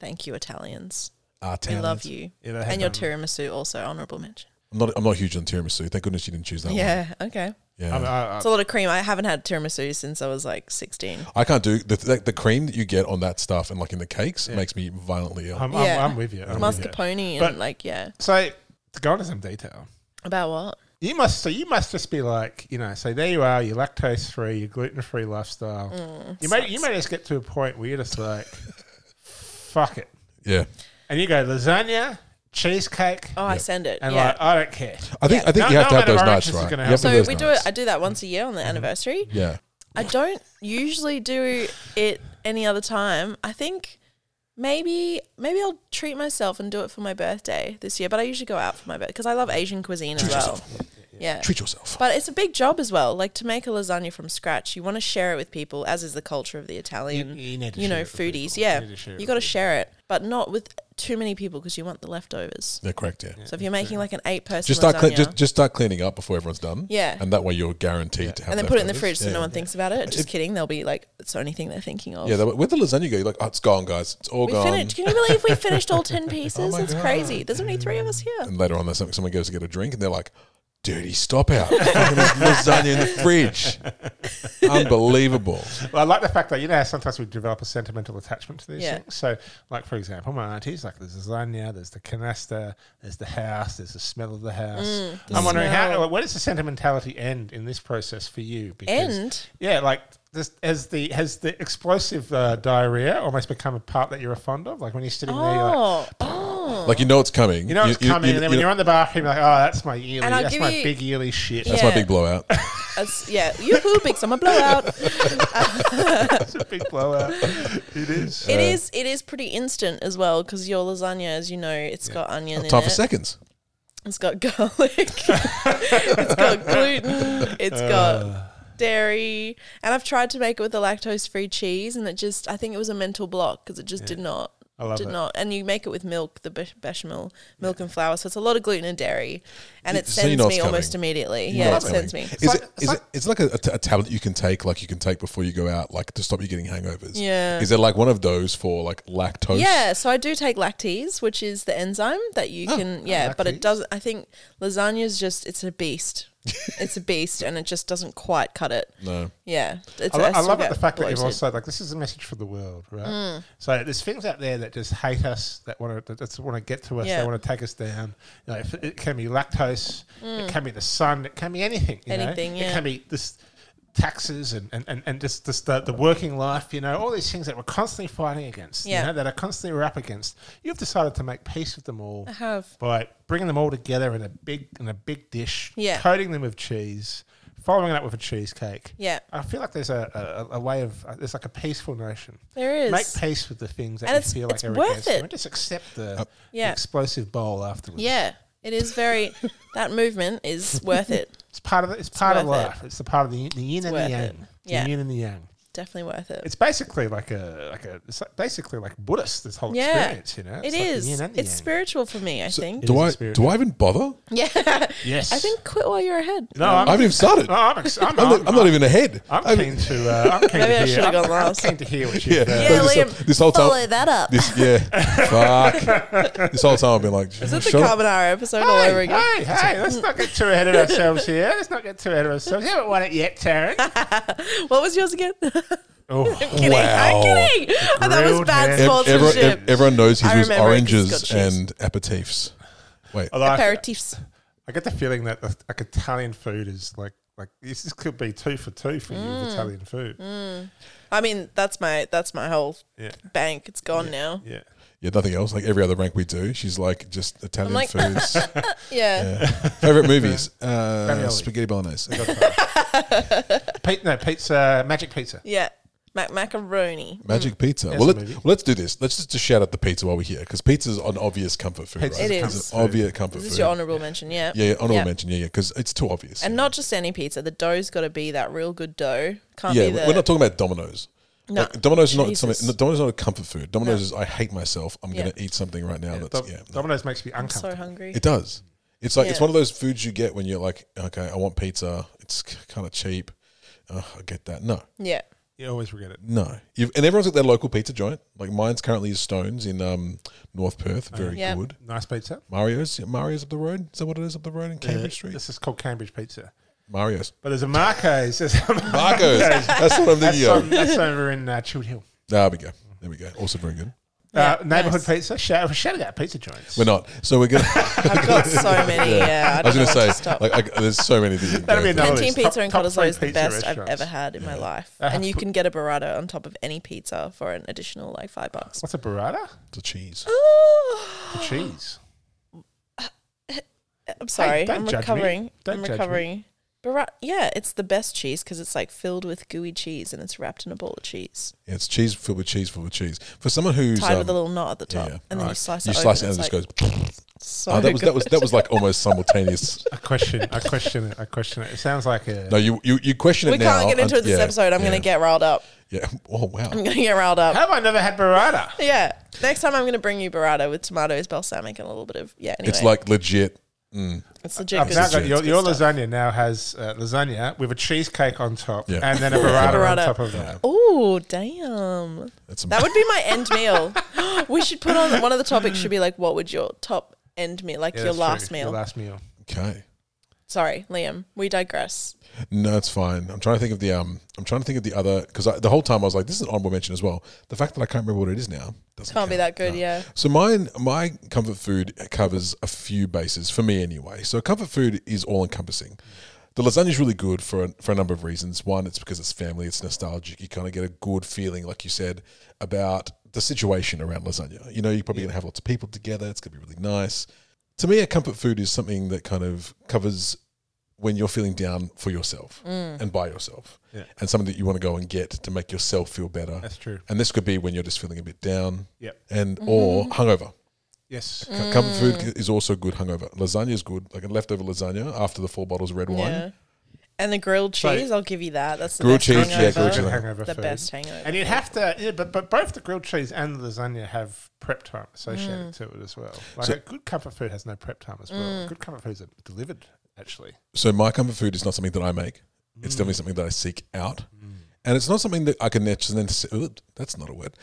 Thank you, Italians.
Our
We love
talents.
you.
Yeah, they have
and your
done.
tiramisu, also honorable mention.
Oh, I'm not. I'm not huge on tiramisu. Thank goodness you didn't choose that one.
Yeah. Okay.
Yeah.
I mean, I, I,
It's a lot of cream. I haven't had tiramisu since I was like 16.
I can't do the, the, the cream that you get on that stuff and like in the cakes it makes me violently ill.
I'm,
Yeah.
I'm, I'm with you. I'm with you.
Mascarpone
Oh, But-
and like, yeah.
So to go into some detail,
About what?
you must. So you must just be like, you know. So there you are. You're lactose free. You're gluten free lifestyle.
Mm.
you may you may just get to a point where you're just like, fuck it,
yeah,
and you go lasagna, cheesecake,
Oh, I send it.
and
yeah.
like I don't care.
I think I think
No-
you have
no
to have those
amount of
nights,
oranges is
right?
gonna
You have
help.
to
so
have
we
those
do it.
nights.
I do that once a year on the anniversary.
Yeah,
I don't usually do it any other time. I think maybe maybe I'll treat myself and do it for my birthday this year. But I usually go out for my birthday because I love Asian cuisine as
Treat
well. Yeah.
treat yourself.
But it's a big job as well. Like to make a lasagna from scratch, you want to share it with people, as is the culture of the Italian, you,
you need to
know,
share it with
foodies.
people.
Yeah,
You need to share it
you
with
got to
people.
share it, but not with too many people because you want the leftovers.
They're correct. Yeah.
So if you're making like an eight-person
Just
lasagna,
start, cle- just, just start cleaning up before everyone's done.
Yeah.
And that way you're guaranteed to have
and then put it in the
leftovers.
fridge so
yeah.
no one thinks about it. Just
It-
kidding. They'll be like, it's the only thing they're thinking of.
Yeah, that, where the lasagna go? You're like, oh, it's gone, guys. It's all
we
gone. Oh
finished. Can you believe we finished all ten pieces?
my
it's
God.
crazy. There's only three of us here.
And later on, there's something, someone goes to get a drink and they're like, dirty stop out. Fucking there's lasagna in the fridge. Unbelievable.
Well, I like the fact that you know how sometimes we develop a sentimental attachment to these
Yeah.
things. So, like for example, my auntie's like, "There's lasagna, there's the canasta, there's the house, there's the smell of the house."
Mm, the
I'm wondering how
smell.
where does the sentimentality end in this process for you? Because,
End?
yeah, like this, has the has the explosive uh, diarrhea almost become a part that you're fond of? Like when you're sitting there, you're like,
Oh, oh.
Like, you know it's coming.
you know it's coming, and then when
you-
you're on the bathroom, you're like, "Oh, that's my yearly,
And I'll
that's
give
my
you-
big yearly shit."
That's my
Yeah.
big blowout.
That's- yeah. You hoo, big summer blowout.
That's a big blowout. it is.
It is. It is pretty instant as well because your lasagna, as you know, it's got onion in
Time for
it.
seconds.
It's got garlic. it's got gluten. It's
Uh.
got dairy. And I've tried to make it with a lactose-free cheese, and it just. I think it was a mental block because it just did not.
I love
did
it.
not. And you make it with milk, the be- bechamel, milk and flour. So it's a lot of gluten and dairy, and it
So you
sends
know
me
it's
almost
coming.
immediately.
You know
yeah, it
it's coming.
sends me.
Is
like-
it,
it's
is
like-
it, it's like a, a, t- a tablet you can take, like you can take before you go out, like to stop you getting hangovers.
Yeah.
Is there like one of those for like lactose?
Yeah, so I do take lactase, which is the enzyme that you
Oh,
can. Yeah, but
lactase.
it doesn't. I think lasagna's just it's a beast. it's a beast, and it just doesn't quite cut it.
No.
Yeah, it's,
I, lo- I
still
love it,
get
the fact that you've
bloated. Mm.
also like this is a message for the world, right? So there's things out there that just hate us, that want to that just want to get to us,
Yeah.
they want to take us down. You know, if- it can be lactose, it can be the sun, it can be anything. You
Mm. Anything,
know? It
yeah.
can be this taxes and, and, and, and just, just the, the working life, you know, all these things that we're constantly fighting against,
Yeah.
you know, that are constantly we're up against. You've decided to make peace with them all
I have.
by bringing them all together in a big in a big dish,
Yeah.
coating them with cheese, following it up with a cheesecake.
Yeah,
I feel like there's a, a, a way of uh, there's like a peaceful notion.
there is.
Make peace with the things that
And
you
it's-
feel like
it's
are
worth
against you
it.
and just accept the, the
Yeah.
explosive bowl afterwards.
yeah, it is very. that movement is worth it.
it's part of the, it's part of
worth it.
life. It's the part of the, yin- the yin and the
worth
yang.
it. Yeah.
The yin and the yang.
Definitely worth it.
It's basically like a like a it's like basically like Buddhist this whole
Yeah.
experience. You know,
It's
like the yin and the
it's
yang.
spiritual for me. I
So
think.
do
is
I
experience.
do I even bother?
yeah,
Yes,
I think quit while you're ahead.
No,
I haven't even started.
No, I'm, ex- I'm,
I'm,
I'm,
not, I'm not even ahead.
I'm
I'm-
keen to. Uh, I'm keen
Maybe I
to hear.
should've
I'm,
gone
I'm
last.
keen to hear what you.
Yeah.
Uh,
Yeah,
This whole-
Liam,
this whole time-
follow that up.
This yeah, fuck. This whole time I've been like,
is it the
shut up.
carbonara episode all over again?
Hey, hey, let's not get too ahead of ourselves here. Let's not get too ahead of ourselves. You haven't won it yet, Tarek.
What was yours again?
Oh,
kidding.
Wow.
I'm kidding. I thought it was
grilled
bad
hand.
Ev-
Ev-
everyone,
sponsorship.
ev- everyone knows
I
he was
remember it 'cause it's
oranges
got cheese.
and aperitifs. Wait,
Although I,
Aperitifs.
I get the feeling that the, like Italian food is like like this is- could be two for two for you with Italian food.
I mean, that's my that's my whole
Yeah,
bank. It's gone now.
yeah.
yeah, nothing else. Like every other rank we do, she's like just Italian
like-
foods.
Yeah.
Yeah. Favorite movies? Uh,
Ravioli.
spaghetti bolognese.
Pe- no pizza, magic pizza.
Yeah. Mac- macaroni.
Magic pizza.
That's a
well, let,
movie.
well, let's do this. Let's just, just shout out the pizza while we're here because pizza's an obvious comfort food,
Pizza's
right?
a It
It's
is.
an obvious comfort
This
food.
is your honorable mention. Yeah.
yeah, yeah, honorable
Yeah.
mention. Yeah, yeah, because it's too obvious.
And not just any pizza. The dough's got to be that real good dough. Can't
yeah,
be the.
we're not talking about Domino's.
No.
Like, Domino's is not
Jesus.
something. No, Domino's is not a comfort food. Domino's is I hate myself. I'm
Yeah.
going to eat something right now. that's
Dom-
yeah. no.
Domino's makes me
I'm so
uncomfortable.
hungry.
It does. It's like it's
Yeah.
one of those foods you get when you're like, okay, I want pizza. It's kind of cheap. Uh, I get that. No,
yeah.
you always regret it.
no. You've, and everyone's at their local pizza joint. Like mine's currently is Stones in um, North Perth. Very
Yeah.
good.
Nice pizza. Uh,
Mario's Mario's up the road. Is that what it is up the road in Cambridge Street?
This is called Cambridge pizza.
Mario's.
But there's a Marco's. There's a Mar-
Marco's. That's what I'm
that's,
thinking
on,
of.
that's over in uh, Chilled Hill.
There we go. There we go. Also very good.
Yeah,
uh, neighborhood
nice.
pizza. Shout, shout out pizza joints.
We're not. So we're gonna.
I've got so many.
I
Yeah, I,
was
don't
gonna
know what
say
to stop.
like I, there's so many that you can
That'll
go
be
through.
another-
Canteen
it's top-
pizza in
top three
Cottesloe is the
pizza
best I've
restaurants.
ever had in my life,
They have
and you
put-
can get a burrata on top of any pizza for an additional like five bucks.
What's a burrata?
It's a cheese.
The cheese.
I'm sorry,
don't
I'm
judge me.
recovering.
Don't
I'm
judge me.
recovering. Burrata, yeah, it's the best cheese because it's like filled with gooey cheese and it's wrapped in a ball of cheese,
Yeah, it's cheese filled with cheese filled with cheese. For someone who's
tied with a
um,
little knot at the top,
yeah,
and then you
right.
slice
you
it.
slice it
open,
and it
it's
just
like,
goes.
So
Oh, that was
good.
that was that was like almost simultaneous.
I question. I question it. I question it. It sounds like a.
No, you you, you question it
We
now.
can't get into
and-
it this
yeah,
episode. I'm
yeah,
gonna get riled up.
Yeah. Oh wow.
I'm gonna get riled up.
How have I never had burrata?
Yeah. Next time I'm gonna bring you burrata with tomatoes, balsamic, and a little bit of yeah. Anyway,
It's like legit.
it's legit.
I've
good
now
stuff.
got your,
It's
your
good stuff.
lasagna now has uh, lasagna with a cheesecake on top
Yeah.
and then a burrata, on
Burrata.
top of that.
Oh damn!
That's
That would be my end meal. we should put on one of the topics. Should be like, what would your top end meal, like
Yeah,
your
that's
last
true.
meal?
Your last meal.
okay.
Sorry, Liam. We digress.
No, it's fine. I'm trying to think of the um. I'm trying to think of the other because the whole time I was like, this is an honorable mention as well. The fact that I can't remember what it is now doesn't
Can't be
count.
that good.
No.
Yeah.
So mine, my comfort food covers a few bases for me anyway. So comfort food is all encompassing. The lasagna is really good for a, for a number of reasons. One, it's because it's family, it's nostalgic. You kind of get a good feeling, like you said, about the situation around lasagna. You know, you're probably going to have lots of people together. It's going to be really nice. To me, a comfort food is something that kind of covers when you're feeling down for yourself and by yourself,
Yeah.
and something that you want to go and get to make yourself feel better.
That's true.
And this could be when you're just feeling a bit down,
Yep.
and
Mm-hmm.
or hungover.
Mm.
Yes.
C- Comfort food is also good hungover. Lasagna is good, like a leftover lasagna after the four bottles of red wine.
Yeah. And the grilled
So-
cheese, I'll give you that. That's the
Grilled
best
cheese, yeah,
hangover.
grilled
Good
cheese.
hangover
The
food.
best hangover.
And you'd have to, yeah, but, but both the grilled cheese and the lasagna have prep time associated
Mm.
to it as well. Like
So-
a good comfort food has no prep time as well. Good comfort foods are delivered actually.
So my comfort food is not something that I make.
Mm.
It's definitely something that I seek out, and it's not something that I can necessarily. That's not a word.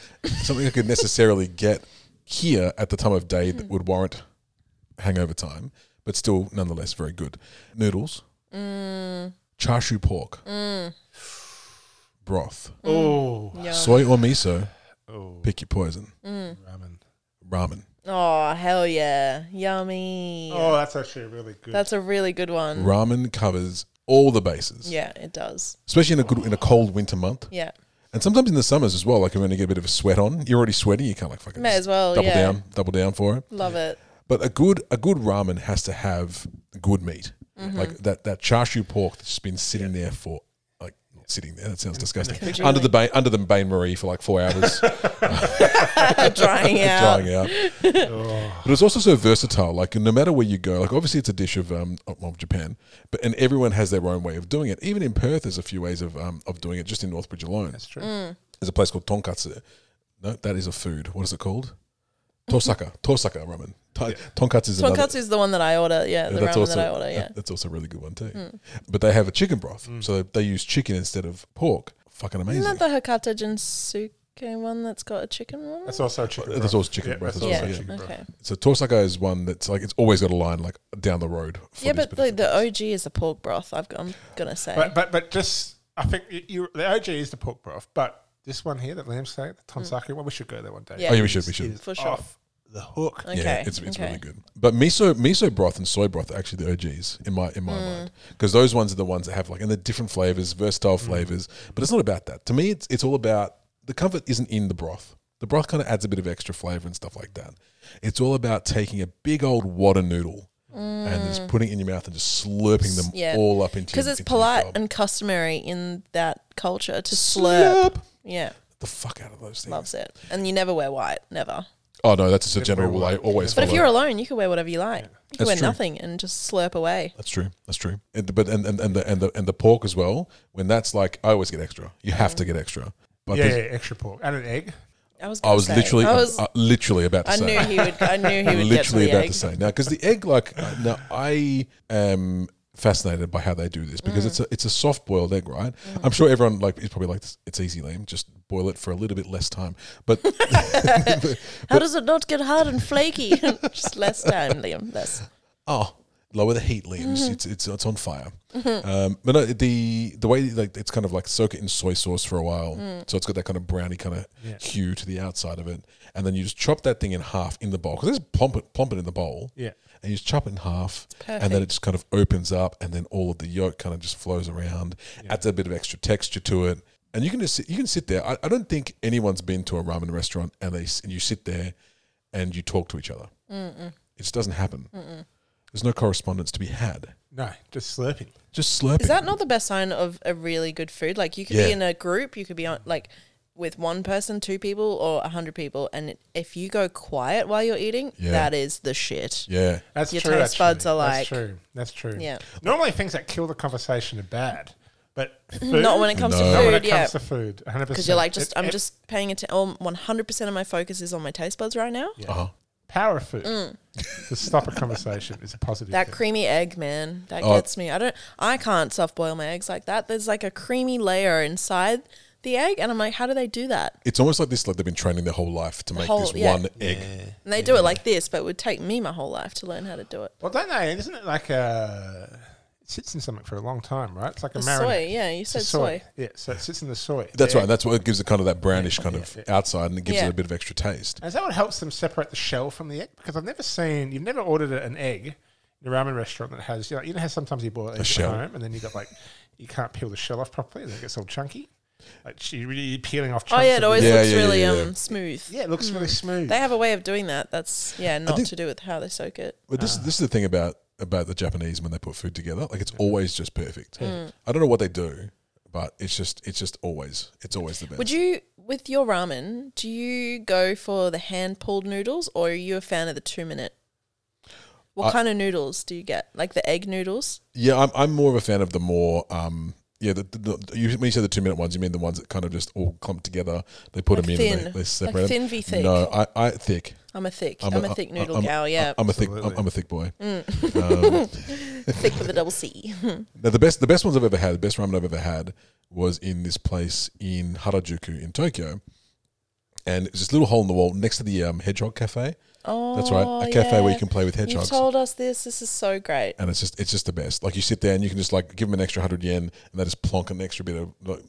something I could necessarily get here at the time of day
Hmm.
that would warrant hangover time, but still nonetheless very good. Noodles,
Mm,
char siu pork, broth,
mm.
Oh,
Yeah.
soy or miso.
oh,
Pick your poison.
ramen.
Ramen.
oh Mm. hell yeah, yummy.
Oh, that's actually really good.
That's a really good one.
Ramen covers all the bases,
Yeah, it does.
especially in a good in a cold winter month,
Yeah,
and sometimes in the summers as well. Like when you get a bit of a sweat on, you're already sweaty. You can't like fucking
may as well.
double
yeah,
down, double down for it.
love it.
But a good a good ramen has to have good meat,
Mm-hmm.
like that that char siu pork that's been sitting there for like not sitting there. That sounds disgusting.
refrigerator.
Under the bain, under the bain marie for like four hours,
Drying out.
drying out. But it's also so versatile. Like no matter where you go, like obviously it's a dish of um of of Japan, but and everyone has their own way of doing it. Even in Perth, there's a few ways of um of doing it. Just in Northbridge alone,
that's
Mm.
true.
there's a place called tonkatsu. No, that is a food. What is it called? Tosaka, Tosaka ramen. To- Tonkatsu is another.
Tonkatsu is the one that I order. Yeah, the ramen that I order.
that-
Yeah, Mm.
that's also a really good one too. But they have a chicken broth, so they, they use chicken instead of pork. Fucking amazing.
isn't that the Hakata Jinsuke one that's got a chicken one?
That's also chicken.
Uh, that's
broth.
also chicken
Yeah,
broth
that's
as
also
well, yeah.
chicken broth.
Okay.
so Tosaka is one that's like it's always got a line like down the road. for
Yeah,
these
but the,
particular
the
things.
OG is the pork broth. I've, got- I'm gonna say.
But but but just I think you, you the OG is the pork broth, but this one here, that lamb steak, the tonsaki one, we should go there one day.
Mm. Yeah.
Oh, yeah, we should, we should.
It is
For sure.
Off the hook.
okay.
Yeah, it's, it's
okay.
really good. But miso miso broth and soy broth are actually the OGs in my in my
Hmm. Mm.
mind because those ones are the ones that have like and they're different flavors, versatile flavors. But it's not about that. To me, it's it's all about the comfort isn't in the broth. The broth kind of adds a bit of extra flavor and stuff like that. It's all about taking a big old water noodle and just putting it in your mouth and just slurping them
Hmm. Yeah.
all up into
Because
your-
it's
into your
polite
gob.
and customary in that culture to slurp.
Slurp
Yeah,
the fuck out of those things.
loves it. And you never wear white, never.
Oh no, that's just a
If
general
we're
rule I
white.
always
But
follow.
if you're alone, you can wear whatever you like. You can
That's
wear
true.
nothing and just slurp away.
That's true. That's true. And, but and, and, and the and the and the pork as well. When that's like, I always get extra. You have to get extra. But
Yeah, yeah,
there's-
extra pork and an egg.
I was.
I
gonna
was
say-
literally,
I was.
uh, literally about to
I
say.
knew he would. I knew he would get to
literally
the
about
egg.
to say now because the egg like uh, now I am fascinated by how they do this
Mm.
because it's a it's a soft boiled egg right I'm sure everyone like is probably like "This- it's easy lamb just boil it for a little bit less time but
How does it not get hard and flaky? just less time, Liam. Less.
oh lower the heat, Liam. It's- It's, it's it's on fire. Um, but no, the the way like it's kind of like soak it in soy sauce for a while, so it's got that kind of brownie kind of
Yeah.
hue to the outside of it, and then you just chop that thing in half in the bowl because just plump it plump it in the bowl,
Yeah.
and you just chop it in half,
perfect.
and then it just kind of opens up, and then all of the yolk kind of just flows around, adds a bit of extra texture to it, and you can just sit, you can sit there. I, I don't think anyone's been to a ramen restaurant and they s- and you sit there and you talk to each other. It just doesn't happen. There's no correspondence to be had.
No, just slurping.
Just slurping.
Is that not the best sign of a really good food? Like you could
Yeah.
be in a group, you could be on like with one person, two people, or a hundred people, and if you go quiet while you're eating,
Yeah.
that is the shit.
yeah.
That's
Your
true.
taste buds
actually.
are
That's
like-
true. That's true.
Yeah.
Normally, things that kill the conversation are bad, but food,
Not when it comes
No.
to
not when it comes
food, yeah.
to food. One hundred percent.
Because you're like, just I'm just paying attention. One hundred percent of my focus is on my taste buds right now.
Uh-huh.
power of food. To stop a conversation is a positive.
Mm. That
thing.
creamy egg, man, that
Oh.
gets me. I don't, I can't self boil my eggs like that. There's like a creamy layer inside the egg, and I'm like, how do they do that?
It's almost like this, like they've been training their whole life to make
whole-
this
yeah.
one egg.
And they do it like this, but it would take me my whole life to learn how to do it.
well, don't they? Isn't it like a? It sits in something for a long time, right? It's like a
The
marinade.
soy, yeah, you
It's a
said soy.
Yeah, so it sits in the soy.
That's
Yeah.
right. That's what gives it kind of that brownish kind of outside and it gives
Yeah.
it a bit of extra taste.
And Is that what helps them separate the shell from the egg? Because I've never seen, you've never ordered a- an egg in a ramen restaurant that has, you know, you know how sometimes you boil eggs
shell.
at home and then you got like, you can't peel the shell off properly and it gets all chunky. Like you're really peeling off.
Oh
Chunks
yeah, it
of
always
the-
Yeah,
looks
yeah, yeah,
really
yeah.
um smooth.
Yeah, it looks really smooth.
They have a way of doing that. That's yeah, not
think-
to do with how they soak it.
But this this is the thing about about the Japanese when they put food together, like it's always just perfect.
Mm.
I don't know what they do, but it's just it's just always it's always the best.
Would you, with your ramen, do you go for the hand pulled noodles or are you a fan of the two minute? What
I-
kind of noodles do you get? Like the egg noodles?
yeah, I'm I'm more of a fan of the more um yeah the, the, the you, when you say the two minute ones, you mean the ones that kind of just all clump together. They put
Like
them in and
thin.
they, they
Like
separate them.
thin v thick.
No, I, I thick.
I'm a thick. I'm, a, thick noodle gal. Yeah, Mm.
I'm a thick. I'm,
Absolutely.
I'm a thick boy. Um,
thick with a double C.
now the best the best ones I've ever had, the best ramen I've ever had was in this place in Harajuku in Tokyo, and it was this little hole in the wall next to the um, Hedgehog Cafe.
Oh,
That's right, a cafe where you
yeah.
can play with
You've
hedgehogs.
told us this. This is so great.
and it's just it's just the best. Like you sit there and you can just like give them an extra hundred yen, and they just plonk an extra bit of like,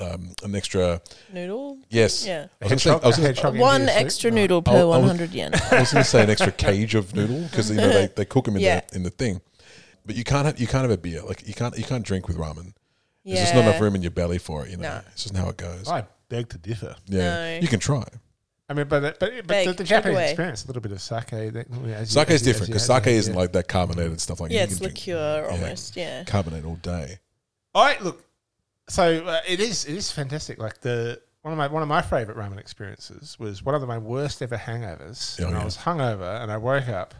um, an extra
Noodle.
yes.
Yeah.
I was going to say, I was gonna-
One extra noodle
I
per
was-
100 yen.
I was going to say an extra cage of noodle because you know they, they cook them in
Yeah.
the in the thing, but you can't have you can't have a beer like you can't you can't drink with ramen.
Yeah.
There's just not enough room in your belly for it. You know,
No.
it's just how it goes.
I beg to differ.
yeah,
No.
you can try.
I mean, but but, but
Beg-
the, the
beg
Japanese
away.
experience, a little bit of sake. That, as you-
Sake
as you- as
is different
you
because
add
sake
that,
isn't
yeah.
like that carbonated stuff. Like
Yeah,
you
it's
can drink
liqueur almost. Yeah.
carbonate all day.
All right, look. So uh, it is it is fantastic. Like the one of my one of my favorite ramen experiences was one of my worst ever hangovers.
Oh,
and
yeah.
I was hungover and I woke up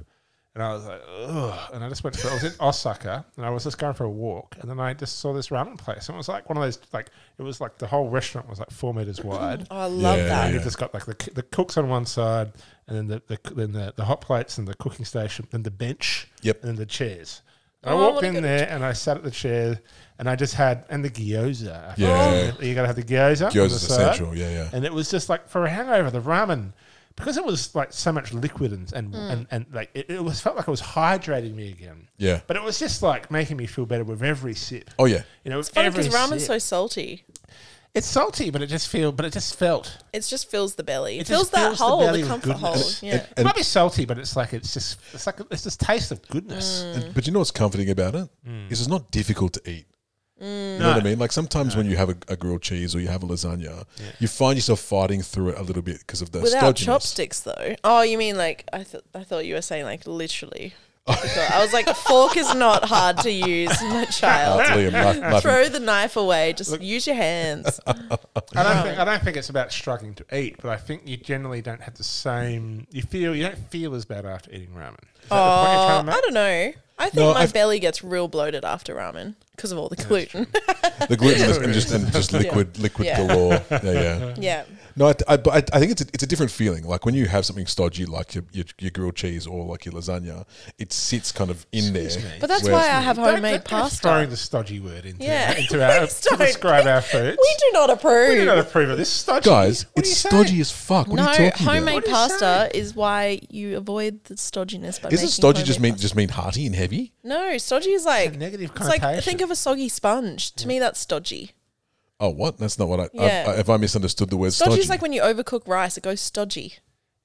and I was like, ugh. And I just went for I was in Osaka and I was just going for a walk and then I just saw this ramen place and it was like one of those like it was like the whole restaurant was like four meters wide.
Oh, I love
Yeah,
that.
And you've just got like the, c- the cooks on one side, and then the, the then the, the hot plates and the cooking station, and the bench,
Yep.
and then the chairs. And
Oh,
I walked
what a
in
good-
there and I sat at the chair and I just had and the gyoza.
Yeah.
you gotta have the gyoza. on the
Gyoza's
side.
essential. Yeah, yeah.
And it was just like for a hangover, the ramen because it was like so much liquid and and,
Hmm.
and, and like it, it was felt like it was hydrating me again.
Yeah.
But it was just like making me feel better with every sip.
Oh yeah.
You know,
It's funny because
ramen
ramen's so salty.
it's salty, but it just feel but it just felt
It just fills the belly. It
It
fills
just
that
fills the
hole, the,
belly with
comfort hole.
goodness.
Yeah.
And-
It might be salty, but it's like it's just it's like it's this taste of
Mm.
goodness.
And- but you know what's comforting about it is
Mm.
it's not difficult to eat.
Mm.
You know what I mean? Like sometimes when you have a, a grilled cheese or you have a lasagna, you find yourself fighting through it a little bit because of the
Without
stodginess.
chopsticks, though. Oh, you mean like I thought? I thought you were saying like literally. I thought- I was like, a fork is not hard to use, my
Oh,
child.
Liam, laugh- laughing.
Throw the knife away. Just use your hands.
I don't think I don't think it's about struggling to eat, but I think you generally don't have the same. You feel you don't feel as bad after eating ramen. Is that the point you're
Oh,
trying to
I
make?
don't know. I think
No,
my
I've-
belly gets real bloated after ramen because of all the gluten.
the gluten is- and just and just liquid liquid
Yeah.
galore. Yeah, yeah.
yeah.
No, I, th- I, but I, I think it's a, it's a different feeling. Like when you have something stodgy, like your, your, your grilled cheese or like your lasagna, it sits kind of in there.
But that's
Whereas-
why I have
Don't- don't
homemade
keep
pasta.
Throwing the stodgy word into
Yeah.
into our
Please
to
don't.
describe our foods.
We do not approve.
We do not approve of this stodgy.
guys,
What are
it's
you saying?
stodgy as fuck. What
no,
are you talking
homemade
What are you
pasta is why you avoid the stodginess by
about? Isn't
making
stodgy just
homemade
mean
pasta.
just mean hearty in hair heavy?
No, stodgy is
It's a
like
negative
It's like
connotation.
think of a soggy sponge. To me, that's stodgy.
Oh, what? That's not what I.
Yeah.
I, I if I misunderstood the word
Stodgy,
stodgy.
is like when you overcook rice; it goes stodgy.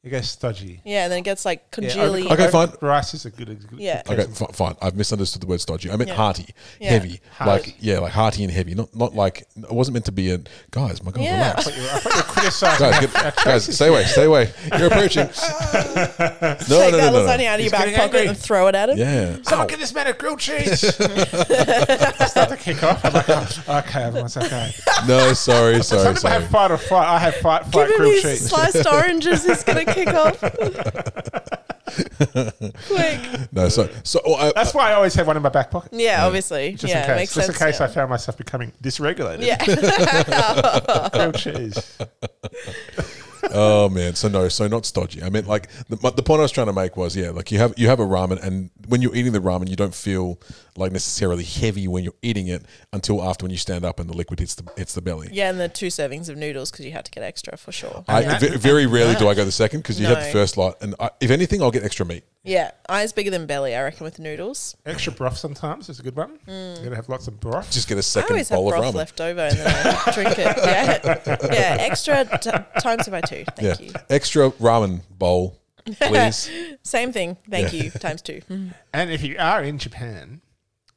it goes stodgy.
Yeah, then it gets like
Yeah,
congealy.
over-
Okay,
over-
fine.
Rice is a good. ex-
Yeah.
good
okay,
case.
f- fine. I've misunderstood the word stodgy. I meant
Yeah.
hearty,
Yeah.
heavy,
Hearty.
like yeah, like hearty and heavy. Not not like it wasn't meant to be a guys. My God,
Yeah.
relax.
I thought you were- I thought you were criticising.
Guys, get- guys, stay away, stay away. You're approaching. Oh, No,
Take
no, no,
that
no,
lasagna
no.
out of
He's
your back
getting
pocket
angry.
and throw it at him.
Yeah.
Someone get this man a grilled cheese. I start to kick off. I'm like, oh, okay, everyone's okay.
No, sorry, sorry,
Some people
sorry.
have fight or flight. I have fight,
Give
flight,
him
grilled
his
cheese.
sliced oranges. He's gonna kick off. Quick.
No, sorry. So, oh, I,
That's why I always have one in my back pocket.
Yeah, obviously.
Just
yeah,
in case.
makes
just
sense.
in case
now.
I found myself becoming dysregulated.
yeah.
Grilled cheese.
oh man. So no, so not stodgy. I meant like the, but the point I was trying to make was yeah, like you have you have a ramen, and when you're eating the ramen, you don't feel like necessarily heavy when you're eating it until after when you stand up and the liquid hits the hits the belly.
yeah, and the two servings of noodles because you had to get extra for sure.
I,
Yeah.
ve- very rarely do I go the second because you have the
No.
first lot, and I, if anything, I'll get extra meat.
Yeah, eyes bigger than belly. I reckon with noodles.
Extra broth sometimes is a good one.
Mm.
You're going to have lots of broth.
Just get a
I
second
always have
bowl of
broth
ramen.
left over and then I drink it. Yeah, yeah. Extra t- times by two. Thank you.
extra ramen bowl, please.
Same thing. Thank you. Times two.
And if you are in Japan,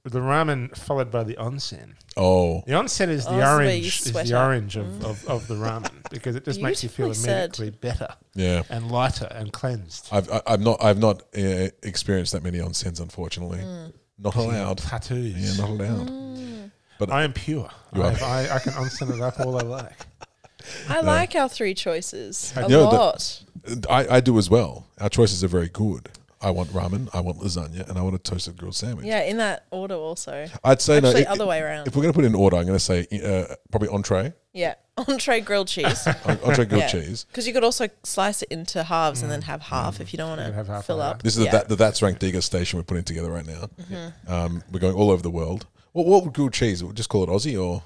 the ramen followed by the onsen.
oh,
The onsen is the
Oh, this is where you
orange, is
sweat
the
out.
orange of, of, of the ramen because it just makes you feel
Beautifully said.
immediately better
yeah.
and lighter and cleansed.
I've I, I've not I've not uh, experienced that many onsens, unfortunately.
Mm.
Not allowed. Yeah,
Tattoos.
not allowed.
I am pure.
You
I,
are.
have- I, I can onsen it up all I like.
I like our three choices a
know that-
lot.
I, I do as well. Our choices are very good. I want ramen, I want lasagna, and I want a toasted grilled sandwich.
yeah, in that order also.
I'd say no.
Actually,
i-
other
i-
way around.
If we're going to put it in order, I'm going to say uh, probably entree,
Yeah, entree grilled cheese.
en- entree grilled
Yeah.
cheese.
Because you could also slice it into halves and then have half if you don't
You
want
can have
to
half
fill
and
up.
half.
This is
Yeah. Mm-hmm.
the, that, the That's Ranked station we're putting together right now. Um, we're going all over the world. What, what would grilled cheese? We'll just call it Aussie or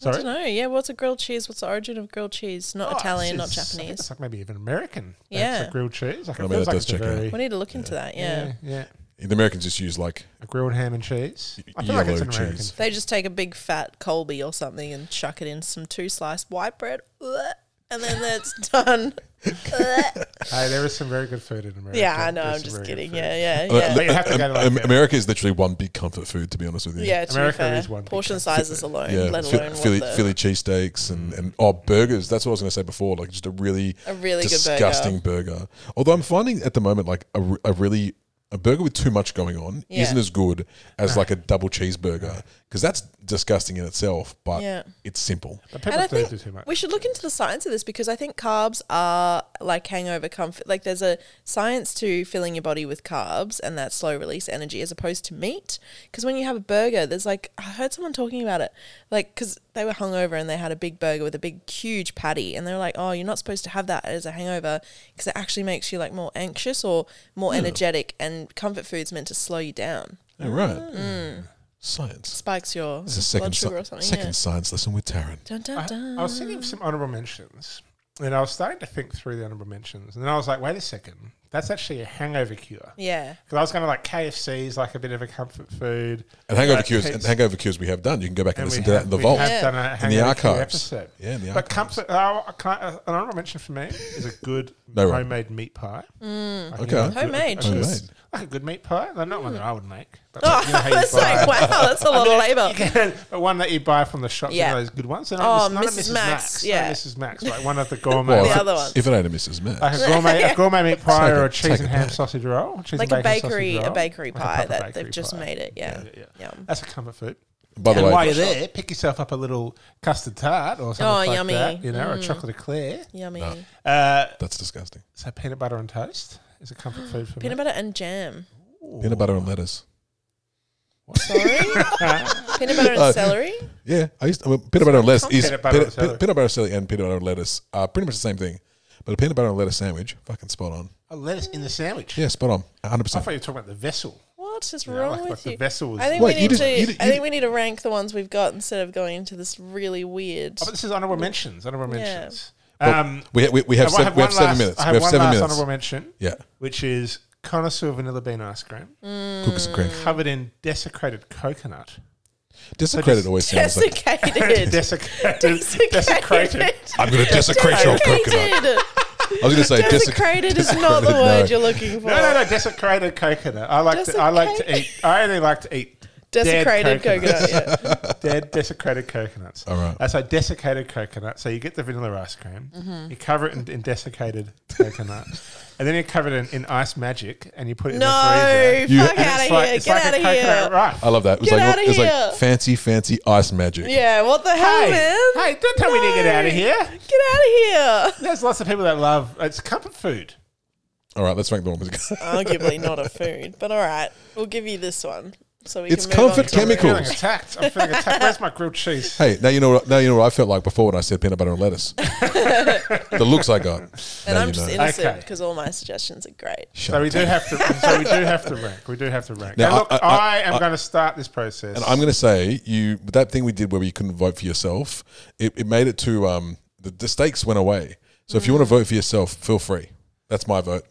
I
Sorry?
don't know. Yeah, what's a grilled cheese? What's the origin of grilled cheese? Not
Oh,
Italian, not
this is- It's
Japanese.
like maybe even American.
Yeah.
That's a grilled cheese. Like it
I mean,
feels
that
like
does
it's a
check out.
very,
We need to look into that. Yeah.
yeah, yeah.
the Americans just use like
A grilled ham and cheese. I feel like
yellow
it's an American.
cheese.
They just take a big fat Colby or something and chuck it in some two sliced white bread. Blech. And then that's done. Blech.
Hey, there is some very good food in America.
yeah, I know.
There's
I'm
some
just
very good
kidding.
food.
Yeah,
Uh,
yeah, yeah.
But you have to go to like
um,
a-
America is literally one big comfort food, to be honest with you.
Yeah, to
America
be fair,
is one big
portion
country.
sizes alone,
Yeah,
let
Phil-
alone what
Philly,
the-
Philly cheesesteaks and, and oh burgers. That's what I was going to say before. Like just a really
a really
disgusting
good
burger. Although I'm finding at the moment like a, r- a really a burger with too much going on
Yeah.
isn't as good as like a double cheeseburger because that's disgusting in itself. But
burger. Yeah.
it's simple.
But
And I
people do
think
do too much.
We should look into the science of this because I think carbs are like hangover comfort. Like there's a science to filling your body with carbs and that slow release energy as opposed to meat. Because when you have a burger, there's like, I heard someone talking about it. Like, because they were hungover and they had a big burger with a big, huge patty. And they were like, oh, you're not supposed to have that as a hangover because it actually makes you like more anxious or more energetic. And comfort food's meant to slow you down,
All right, science.
spikes your
This is a
Mm. blood
second
sugar
si-
or something.
second
yeah.
science lesson with Taryn.
Dun, dun,
I,
dun.
I was thinking of some honorable mentions, and I was starting to think through the honorable mentions, and then I was like, wait a second, that's actually a hangover cure.
yeah.
Because I was going to like KFC is like a bit of a comfort food,
And hangover
Like
cures.
pizza.
And hangover cures we have done. You can go back and,
and we
listen
have,
to that in the
we
vault.
have
Yeah.
done a
In the
hangover cure
archives.
episode.
Yeah, in the
But
archives.
comfort, uh, I can't- uh, an honorable mention for me is a good
No right.
homemade meat pie. Like, you
Okay.
know, a good-
Mm. Homemade,
a good-
jeez. Homemade.
like a good meat pie. Like, not one that I would make, but
Oh,
like, you know how you
that's like,
buy-
wow, that's a lot of labor.
You can, but one that you buy from the shop,
Yeah.
you know those good ones. And oh,
Oh,
not
Mrs.
a Mrs.
Max,
Max, not a
yeah.
Mrs. Max, like one of the
Well,
gourmet,
if,
The
it-
other ones.
if it ain't a Mrs. Matt.
like a gourmet, a gourmet meat pie
Take
or
a-
a cheese
take
and
a
ham
bite.
sausage roll, cheese
like
and
a
bacon sausage
bakery, a
roll.
bakery
Like a
pie
proper
that
bakery
they've just
pie.
made it. Yeah.
Yeah, yeah.
Yum.
That's a comfort food.
By the
and
way,
while you're there, pick yourself up a little custard tart or something
Oh,
like
yummy.
that. You know, a chocolate eclair.
Yummy.
Uh,
that's disgusting.
so peanut butter and toast is a comfort food for
Peanut
me.
butter and jam.
Peanut butter and lettuce.
Sorry. Peanut butter
Uh,
and celery.
Yeah, I used to, well, peanut butter and lettuce is
Peanut butter and
peanut,
celery.
peanut butter and celery and peanut butter and lettuce are pretty much the same thing. But a peanut butter and lettuce sandwich, fucking spot on.
A lettuce in the sandwich.
Yeah, spot on, hundred
I
percent.
thought you were talking about the vessel.
What is
You know,
wrong
like,
with
like the
you?
vessel was.
I think
Wait,
we
you
need
didn't-
to.
you didn't-
I
you
think we need to rank the ones we've got instead of going into this really weird.
Oh, but this is honorable mentions. Honorable
Yeah.
mentions.
Well,
Um,
we, ha- we, we have
I
seven, we have
one
seven
last-
minutes.
I
we have
one
seven
last
minutes.
honorable mention,
Yeah,
which is connoisseur vanilla bean ice cream
Mm.
Cookies and cream.
covered in desecrated coconut.
Desecrated always sounds like
Desiccated.
desecrated. Desecrated.
I'm going to desecrate your coconut.
Desiccated.
I was going to say desec-
Desecrated is not the
desecrated,
word
no.
you're looking for.
No, no, no. Desecrated coconut. I like. To, I like to eat. I only like to eat
Desecrated
dead coconuts.
coconut. Yeah.
dead desecrated coconuts.
All right.
Uh, so desiccated coconut. So you get the vanilla ice cream,
Mm-hmm.
you cover it in, in desiccated coconut, and then you cover it in, in ice magic, and you put it in the
No,
freezer.
You-
fuck
And it's
out of
like-
here.
it's
Get
like
out
a
of
coconut
here.
Ruff.
I love that. It was
Get
like
outta
it's
here.
like fancy, fancy ice magic.
Yeah, what the hell,
Hey,
man?
hey, don't tell me to get out of here.
Get out of here.
There's lots of people that love it's comfort food.
All right, let's rank the one.
Arguably not a food, but all right. We'll give you this one. So we
It's
can move on
comfort
to the-
chemical.
I'm feeling attacked. I'm feeling attacked. Where's my grilled cheese?
hey, now you know. What, now you know what I felt like before when I said peanut butter and lettuce. the looks I got.
And
now
I'm
you
just
know.
innocent
Okay.
because all my suggestions are great.
So we do have to. So we do have to rank. We do have to rank.
Now,
Now, look,
I-
I,
I-
am going to start this process.
And I'm going to say you that thing we did where you couldn't vote for yourself. It, it made it to um, the, the stakes went away. So if you want to vote for yourself, feel free. That's my vote.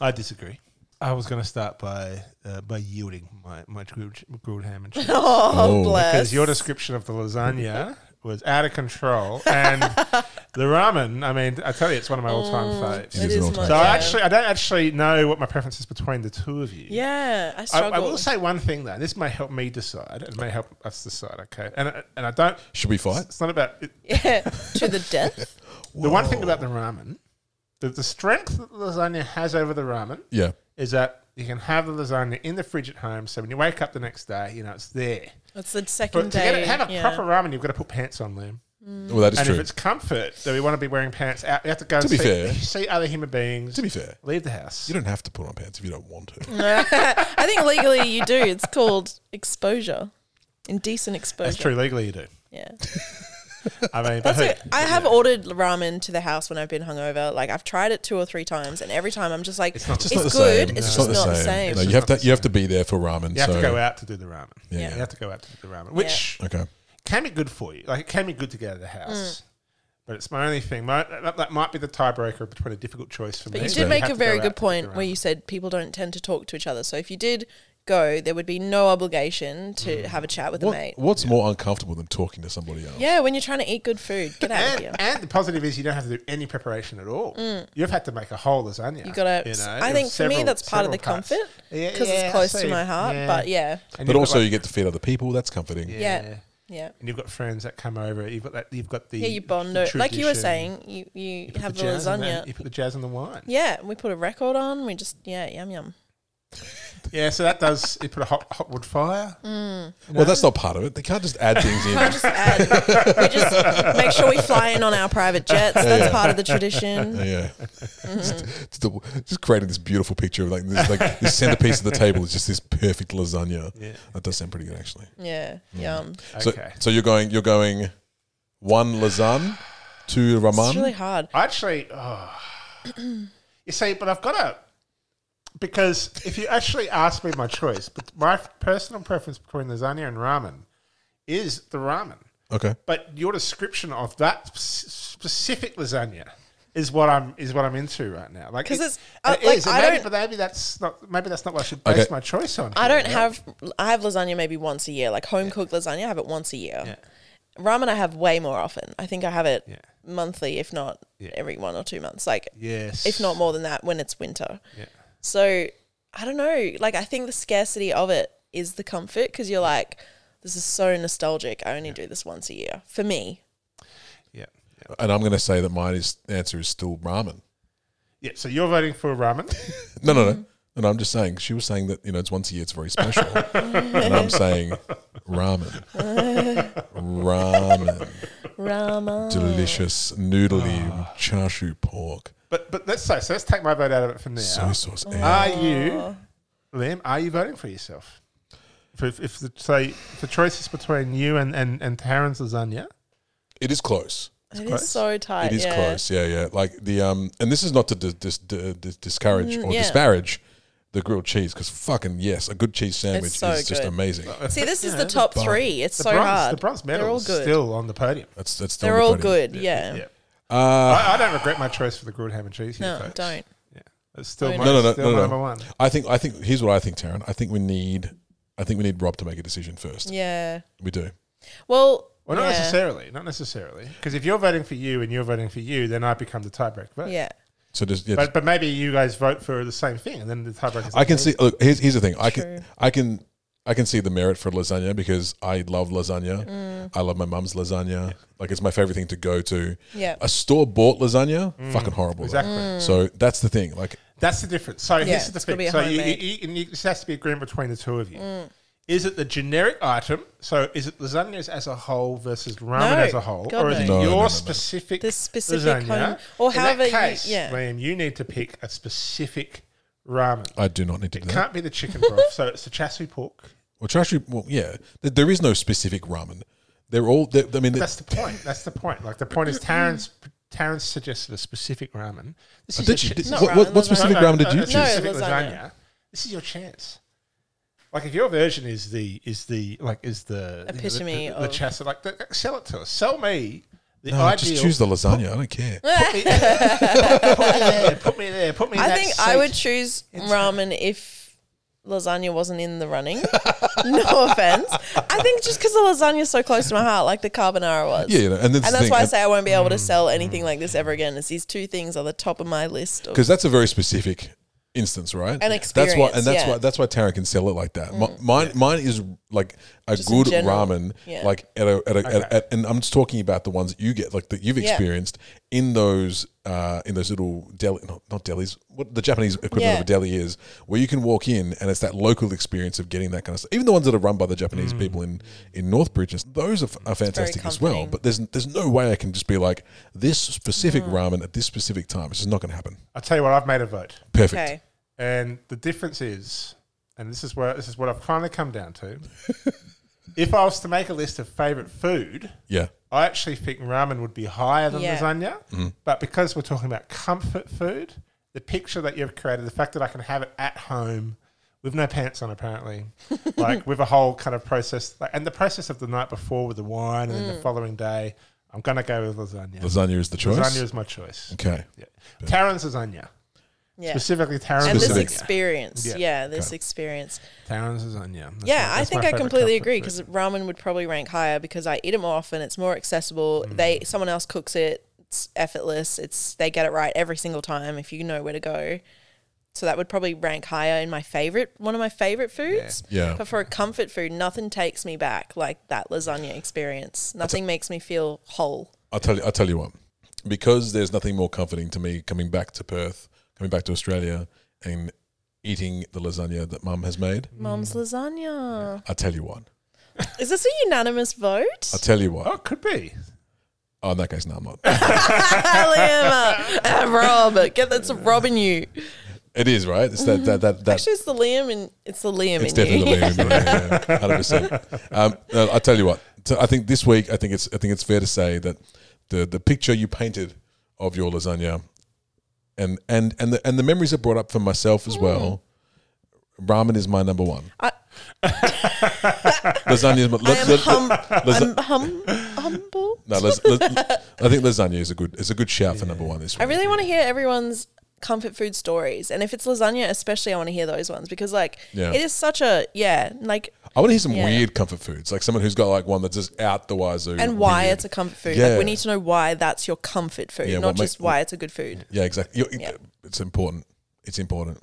I disagree. I was going to start by uh, by yielding my my grilled, grilled ham and cheese.
Oh,
Oh.
because
bless.
your description of the lasagna was out of control, and the ramen. I mean, I tell you, it's one of my all-time faves.
Mm, It
It
is
is
an
my-
So
yeah.
I actually, I don't actually know what my preference is between the two of you.
Yeah, I
I,
struggle.
I will say one thing though. This may help me decide. It may help us decide. Okay, and and I don't.
Should we fight?
It's not about it,
yeah, to the death.
the one thing about the ramen. The, the strength that the lasagna has over the ramen
Yeah.
is that you can have the lasagna in the fridge at home. So when you wake up the next day, you know it's there.
That's the
But
second
to
day.
get it, have a
yeah.
proper ramen, you've got to put pants on, Liam.
Mm.
Well, that is
and if
true.
it's comfort, then we want to be wearing pants out. We have to go and
be
see,
fair.
see other human beings.
To be fair,
leave the house.
you don't have to put on pants if you don't want
Mm.
to.
I think legally you do. It's called exposure, indecent exposure.
That's true. Legally, you do.
Yeah.
I mean, but
That's
who?
it. I have ordered ramen to the house when I've been hungover. Like I've tried it two or three times, and every time I'm just like, it's,
not-
It's not the
good.
same.
It's just not the same.
No,
It's
you
just
have to
not the
you have to be there for ramen.
you have
so
to go out to do the ramen.
Yeah.
you have to go out to do the ramen, which
okay.
can be good for you. Like it can be good to get out of the
Mm.
house. But it's my only thing. My, that, that might be the tiebreaker between a difficult choice for
But
me.
you
You
did make
have
a
to go
very
out to
good
do the
point where
ramen.
you said people don't tend to talk to each other. So if you did go, there would be no obligation
Mm.
to have a chat with a
What,
mate.
what's more uncomfortable than talking to somebody else?
Yeah, when you're trying to eat good food, get out of
And,
here.
and the positive is you don't have to do any preparation at all. You've had to make a whole lasagna.
Mm. You gotta. I
of
think for me
several-
that's part of the
several parts.
comfort
Yeah,
because
yeah, I
it's close to
see.
my heart.
Yeah.
But yeah,
And
But
you've got,
also,
like,
you get to feed other people. That's comforting.
yeah, yeah. Yeah,
and you've got friends that come over. You've got that. You've got the
you bond.
the
o- Like you were
tradition.
saying, you you,
You put
have
the
the
jazz in there,
lasagna.
You put the jazz in the wine. Yeah,
Yeah, we put a record on. We just yeah, yum yum.
so that does. You put a hot hot wood fire.
Well, that's not part of it. They can't just add things in.
Just add. we just make sure we fly in on our private jets. That's
yeah.
part of the tradition.
Yeah, just, just the- just creating this beautiful picture of like this, like this centerpiece of the table is just this perfect lasagna.
Yeah.
That does sound pretty good, actually.
Yeah, yum.
So,
Okay.
so you're going, you're going, one lasagne, two ramen.
It's really hard.
I Actually, oh. you see, but I've got to because if you actually ask me my choice, but my personal preference between lasagna and ramen is the ramen.
okay,
But your description of that s- specific lasagna is what I'm is what I'm into right now. Like
'Cause
it-
it's- uh,
it
like,
is, and
I
maybe,
don't-
but maybe that's not maybe that's not what I should base
Okay.
my choice on.
I
here,
don't
right?
have. I have lasagna maybe once a year, like home cooked lasagna. I have it once a year.
Yeah.
Ramen I have way more often. I think I have it
Yeah.
monthly, if not
Yeah.
every one or two months. Like
Yes,
if not more than that when it's winter.
Yeah.
So I don't know. Like I think the scarcity of it is the comfort because you're like, this is so nostalgic. I only do this once a year for me.
Yeah. yeah.
and I'm going to say that mine is answer is still ramen.
Yeah. So you're voting for ramen.
No, no, no. And I'm just saying, she was saying that you know it's once a year, it's very special, and I'm saying ramen, ramen,
Ramen.
delicious noodly
Ah.
char siu pork,
but but let's say so. Let's take my vote out of it from there.
soy sauce. and-
Are you, Liam? Are you voting for yourself? If, if, if the say if the choice is between you and and and Taryn's lasagna,
It is close.
It
close.
is so tight.
It is
yeah.
close. Yeah, yeah. Like the um, and this is not to dis- dis- dis- dis- discourage
Mm,
or
yeah.
disparage the grilled cheese because fucking yes, a good cheese sandwich
so
is just
good.
amazing.
See, this
You
is
know,
the top
bronze-
three. It's
the
so
bronze,
hard.
The bronze medal
They're all good.
still on the podium.
That's that's. still
They're
on the
all
podium.
good. Yeah.
Yeah.
Uh,
I, I don't regret my choice for the grilled ham and cheese. Here,
No,
folks.
don't.
Yeah. It's still,
No,
my,
no, no,
still
no,
my
no.
number one.
I think I think here's what I think, Taryn. I think we need I think we need Rob to make a decision first.
Yeah.
We do.
Well,
Well, not
yeah.
necessarily. Not necessarily. Because if you're voting for you and you're voting for you, then I become the tiebreaker. vote.
Yeah.
So just yeah,
But, but maybe you guys vote for the same thing, and then the tiebreaker.
I can see look, here's here's the thing. I can
True.
I can I can see the merit for lasagna because I love lasagna.
Mm.
I love my mum's lasagna. Like it's my favorite thing to go to.
Yeah.
A store bought lasagna, fucking horrible. though.
Mm.
Mm.
Exactly.
So that's the thing. Like
That's the difference. So
Yeah,
this is the
it's
thing.
gotta be a
So you,
homemade. Mm.
you, you, and you- this has to be agreement between the two of you. Is it the generic item? So is it lasagnas as a whole versus ramen
No,
as a whole,
God,
or is
no.
it
No, no,
your
no, no.
specific
The specific
lasagna?
home- or
In
however
that
you-
case,
yeah.
Liam, you need to pick a specific ramen.
I do not need to
It
do that.
can't be the chicken broth, so it's the chasu pork.
Well, chashu. Well, yeah. Th- There is no specific ramen. They're all. they I mean,
That's the point. That's the point. Like the point is, Taryn's Taryn suggested a specific ramen. This
Oh,
is
did
your
you?
chi-
Did,
not
what, what,
ramen,
what
lasagna.
specific
No, no,
ramen did you
a
choose?
no.
specific
lasagna.
This is your chance. Like if your version is the is the like is the the-
Epitome
the, the, the
of-
chassis, like th- sell it to us. Sell me the
No,
ideal.
just choose the lasagna. I don't care.
Put me there. Put me there. Put me there. Put me in
I
that
think I would
seat.
choose ramen if lasagna wasn't in the running. no offense. I think just because the lasagna is so close to my heart, like the carbonara was.
Yeah, you know, and,
And that's why I
say
say I won't be able
Mm.
to sell anything like this ever again. Is these two things are the top of my list. Of,
because that's a very specific instance, right?
An
That's why,
experience,
and that's
yeah. Mm.
why that's why Taryn can sell it like that. Mi- Mine, mine is like a
Just in
good
general,
ramen,
yeah.
like at a, at a, at, at, and I'm just talking about the ones that you get, like that you've
Yeah.
experienced in those uh, in those little deli, not, not delis, what the Japanese equivalent of
Yeah.
a deli is, where you can walk in and it's that local experience of getting that kind of stuff. Even the ones that are run by the Japanese people in in Northbridge, and those are, f- are fantastic as well.
comforting.
But there's there's no way I can just be like this specific
Mm.
ramen at this specific time. It's just not going to happen.
I'll tell you what. I've made a vote,
Perfect.
okay.
and the difference is, and this is where this is what I've finally come down to. if I was to make a list of favorite food,
Yeah.
I actually think ramen would be higher than
Yeah.
lasagna,
Mm-hmm.
but because we're talking about comfort food, the picture that you've created, the fact that I can have it at home with no pants on, apparently, like with a whole kind of process, like, and the process of the night before with the wine, and
Mm.
then the following day, I'm gonna go with lasagna.
Lasagna is the choice.
Lasagna is my choice.
okay.
Yeah. Taryn's lasagna,
Yeah.
specifically Taryn's
And this
Specific.
lasagna.
experience.
Yeah.
Yeah, this
Okay.
experience.
Taryn's lasagna. That's
yeah,
my-
I
that's
think
my
I
favourite
completely
comfort
agree
food.
because ramen would probably rank higher because I eat it more often. It's more accessible.
Mm-hmm.
They someone else cooks it. It's effortless. It's they get it right every single time if you know where to go. So that would probably rank higher in my favorite one of my favorite foods.
Yeah.
But for a comfort food, nothing takes me back like that lasagna experience. Nothing makes me feel whole.
I'll tell you I'll tell you what. Because there's nothing more comforting to me coming back to Perth, coming back to Australia and eating the lasagna that mum has made.
Mm.
Mom's lasagna.
I'll tell you what.
Is this a unanimous vote?
I'll tell you what.
Oh, it could be.
Oh, in that case, no, I'm not.
Liam, uh, Rob, get that's robbing you.
It is, right? It's that that that, that
Actually, it's the Liam and it's the Liam
it's
in you.
definitely hundred percent. Um, no, I'll tell you what. So I think this week I think it's I think it's fair to say that the the picture you painted of your lasagna and and and the and the memories are brought up for myself as well. Ramen is my number one.
I-
lasagna is my
I am
las-
hum,
las-
I'm hum, humble.
no, las- las- I think lasagna is a good is a good shout for number one this week.
I really want to hear everyone's comfort food stories, and if it's lasagna, especially, I want to hear those ones because, like,
Yeah.
it is such a yeah, like,
I want to hear some
Yeah.
weird comfort foods, like someone who's got like one that's just out the wazoo.
and why
weird.
it's a comfort food.
Yeah.
Like, we need to know why that's your comfort food,
Yeah,
not
what ma-
just why it's a good food. Mm.
Yeah, exactly. You-
Yeah.
It's important. It's important.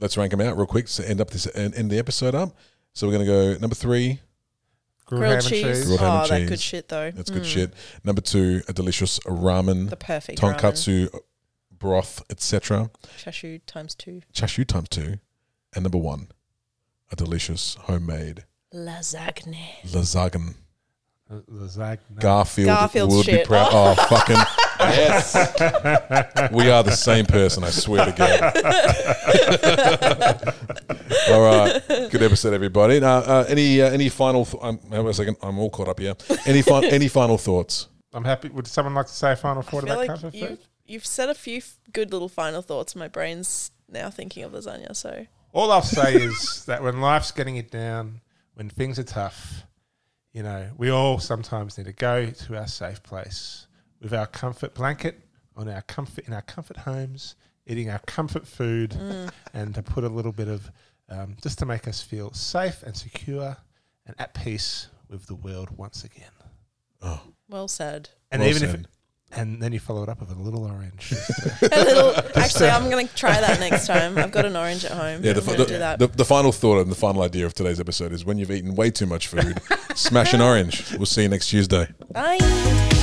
Let's rank them out real quick to end up this end, end the episode up. So we're gonna go number three.
Grilled
ham and
cheese.
Grilled ham
oh,
and
that
cheese.
good shit though. Mm.
That's good shit. Number two, a delicious ramen,
Hmm. The perfect tonkatsu
tonkatsu broth, etc.
chashu times two
Chashu times two, and number one, a delicious homemade
lasagna.
lasagna.
Uh, Lasagna.
Garfield,
Garfield's
would be
shit.
proud. Oh, fucking yes! we are the same person. I swear to God. all right, good episode, everybody. Now, uh, any uh, any final? Th- I'm, hang on a second. I'm all caught up here. Any fi- any final thoughts?
I'm happy. Would someone like to say a final
I
thought
feel
about
like
comfort food?
you've, you've said a few f- good little final thoughts. My brain's now thinking of lasagna. So
All I'll say is that when life's getting it down, when things are tough, you know, we all sometimes need to go to our safe place with our comfort blanket on our comfort in our comfort homes eating our comfort food,
Mm,
and to put a little bit of um, just to make us feel safe and secure and at peace with the world once again.
Oh,
Well said.
And
well
even
said.
if, and then you follow it up with a little orange.
A little- actually, I'm going to try that next time. I've got an orange at home.
yeah, the,
I'm
fi-
gonna do
the,
that.
the, the final thought and the final idea of today's episode is when you've eaten way too much food, smash an orange. We'll see you next Tuesday.
Bye.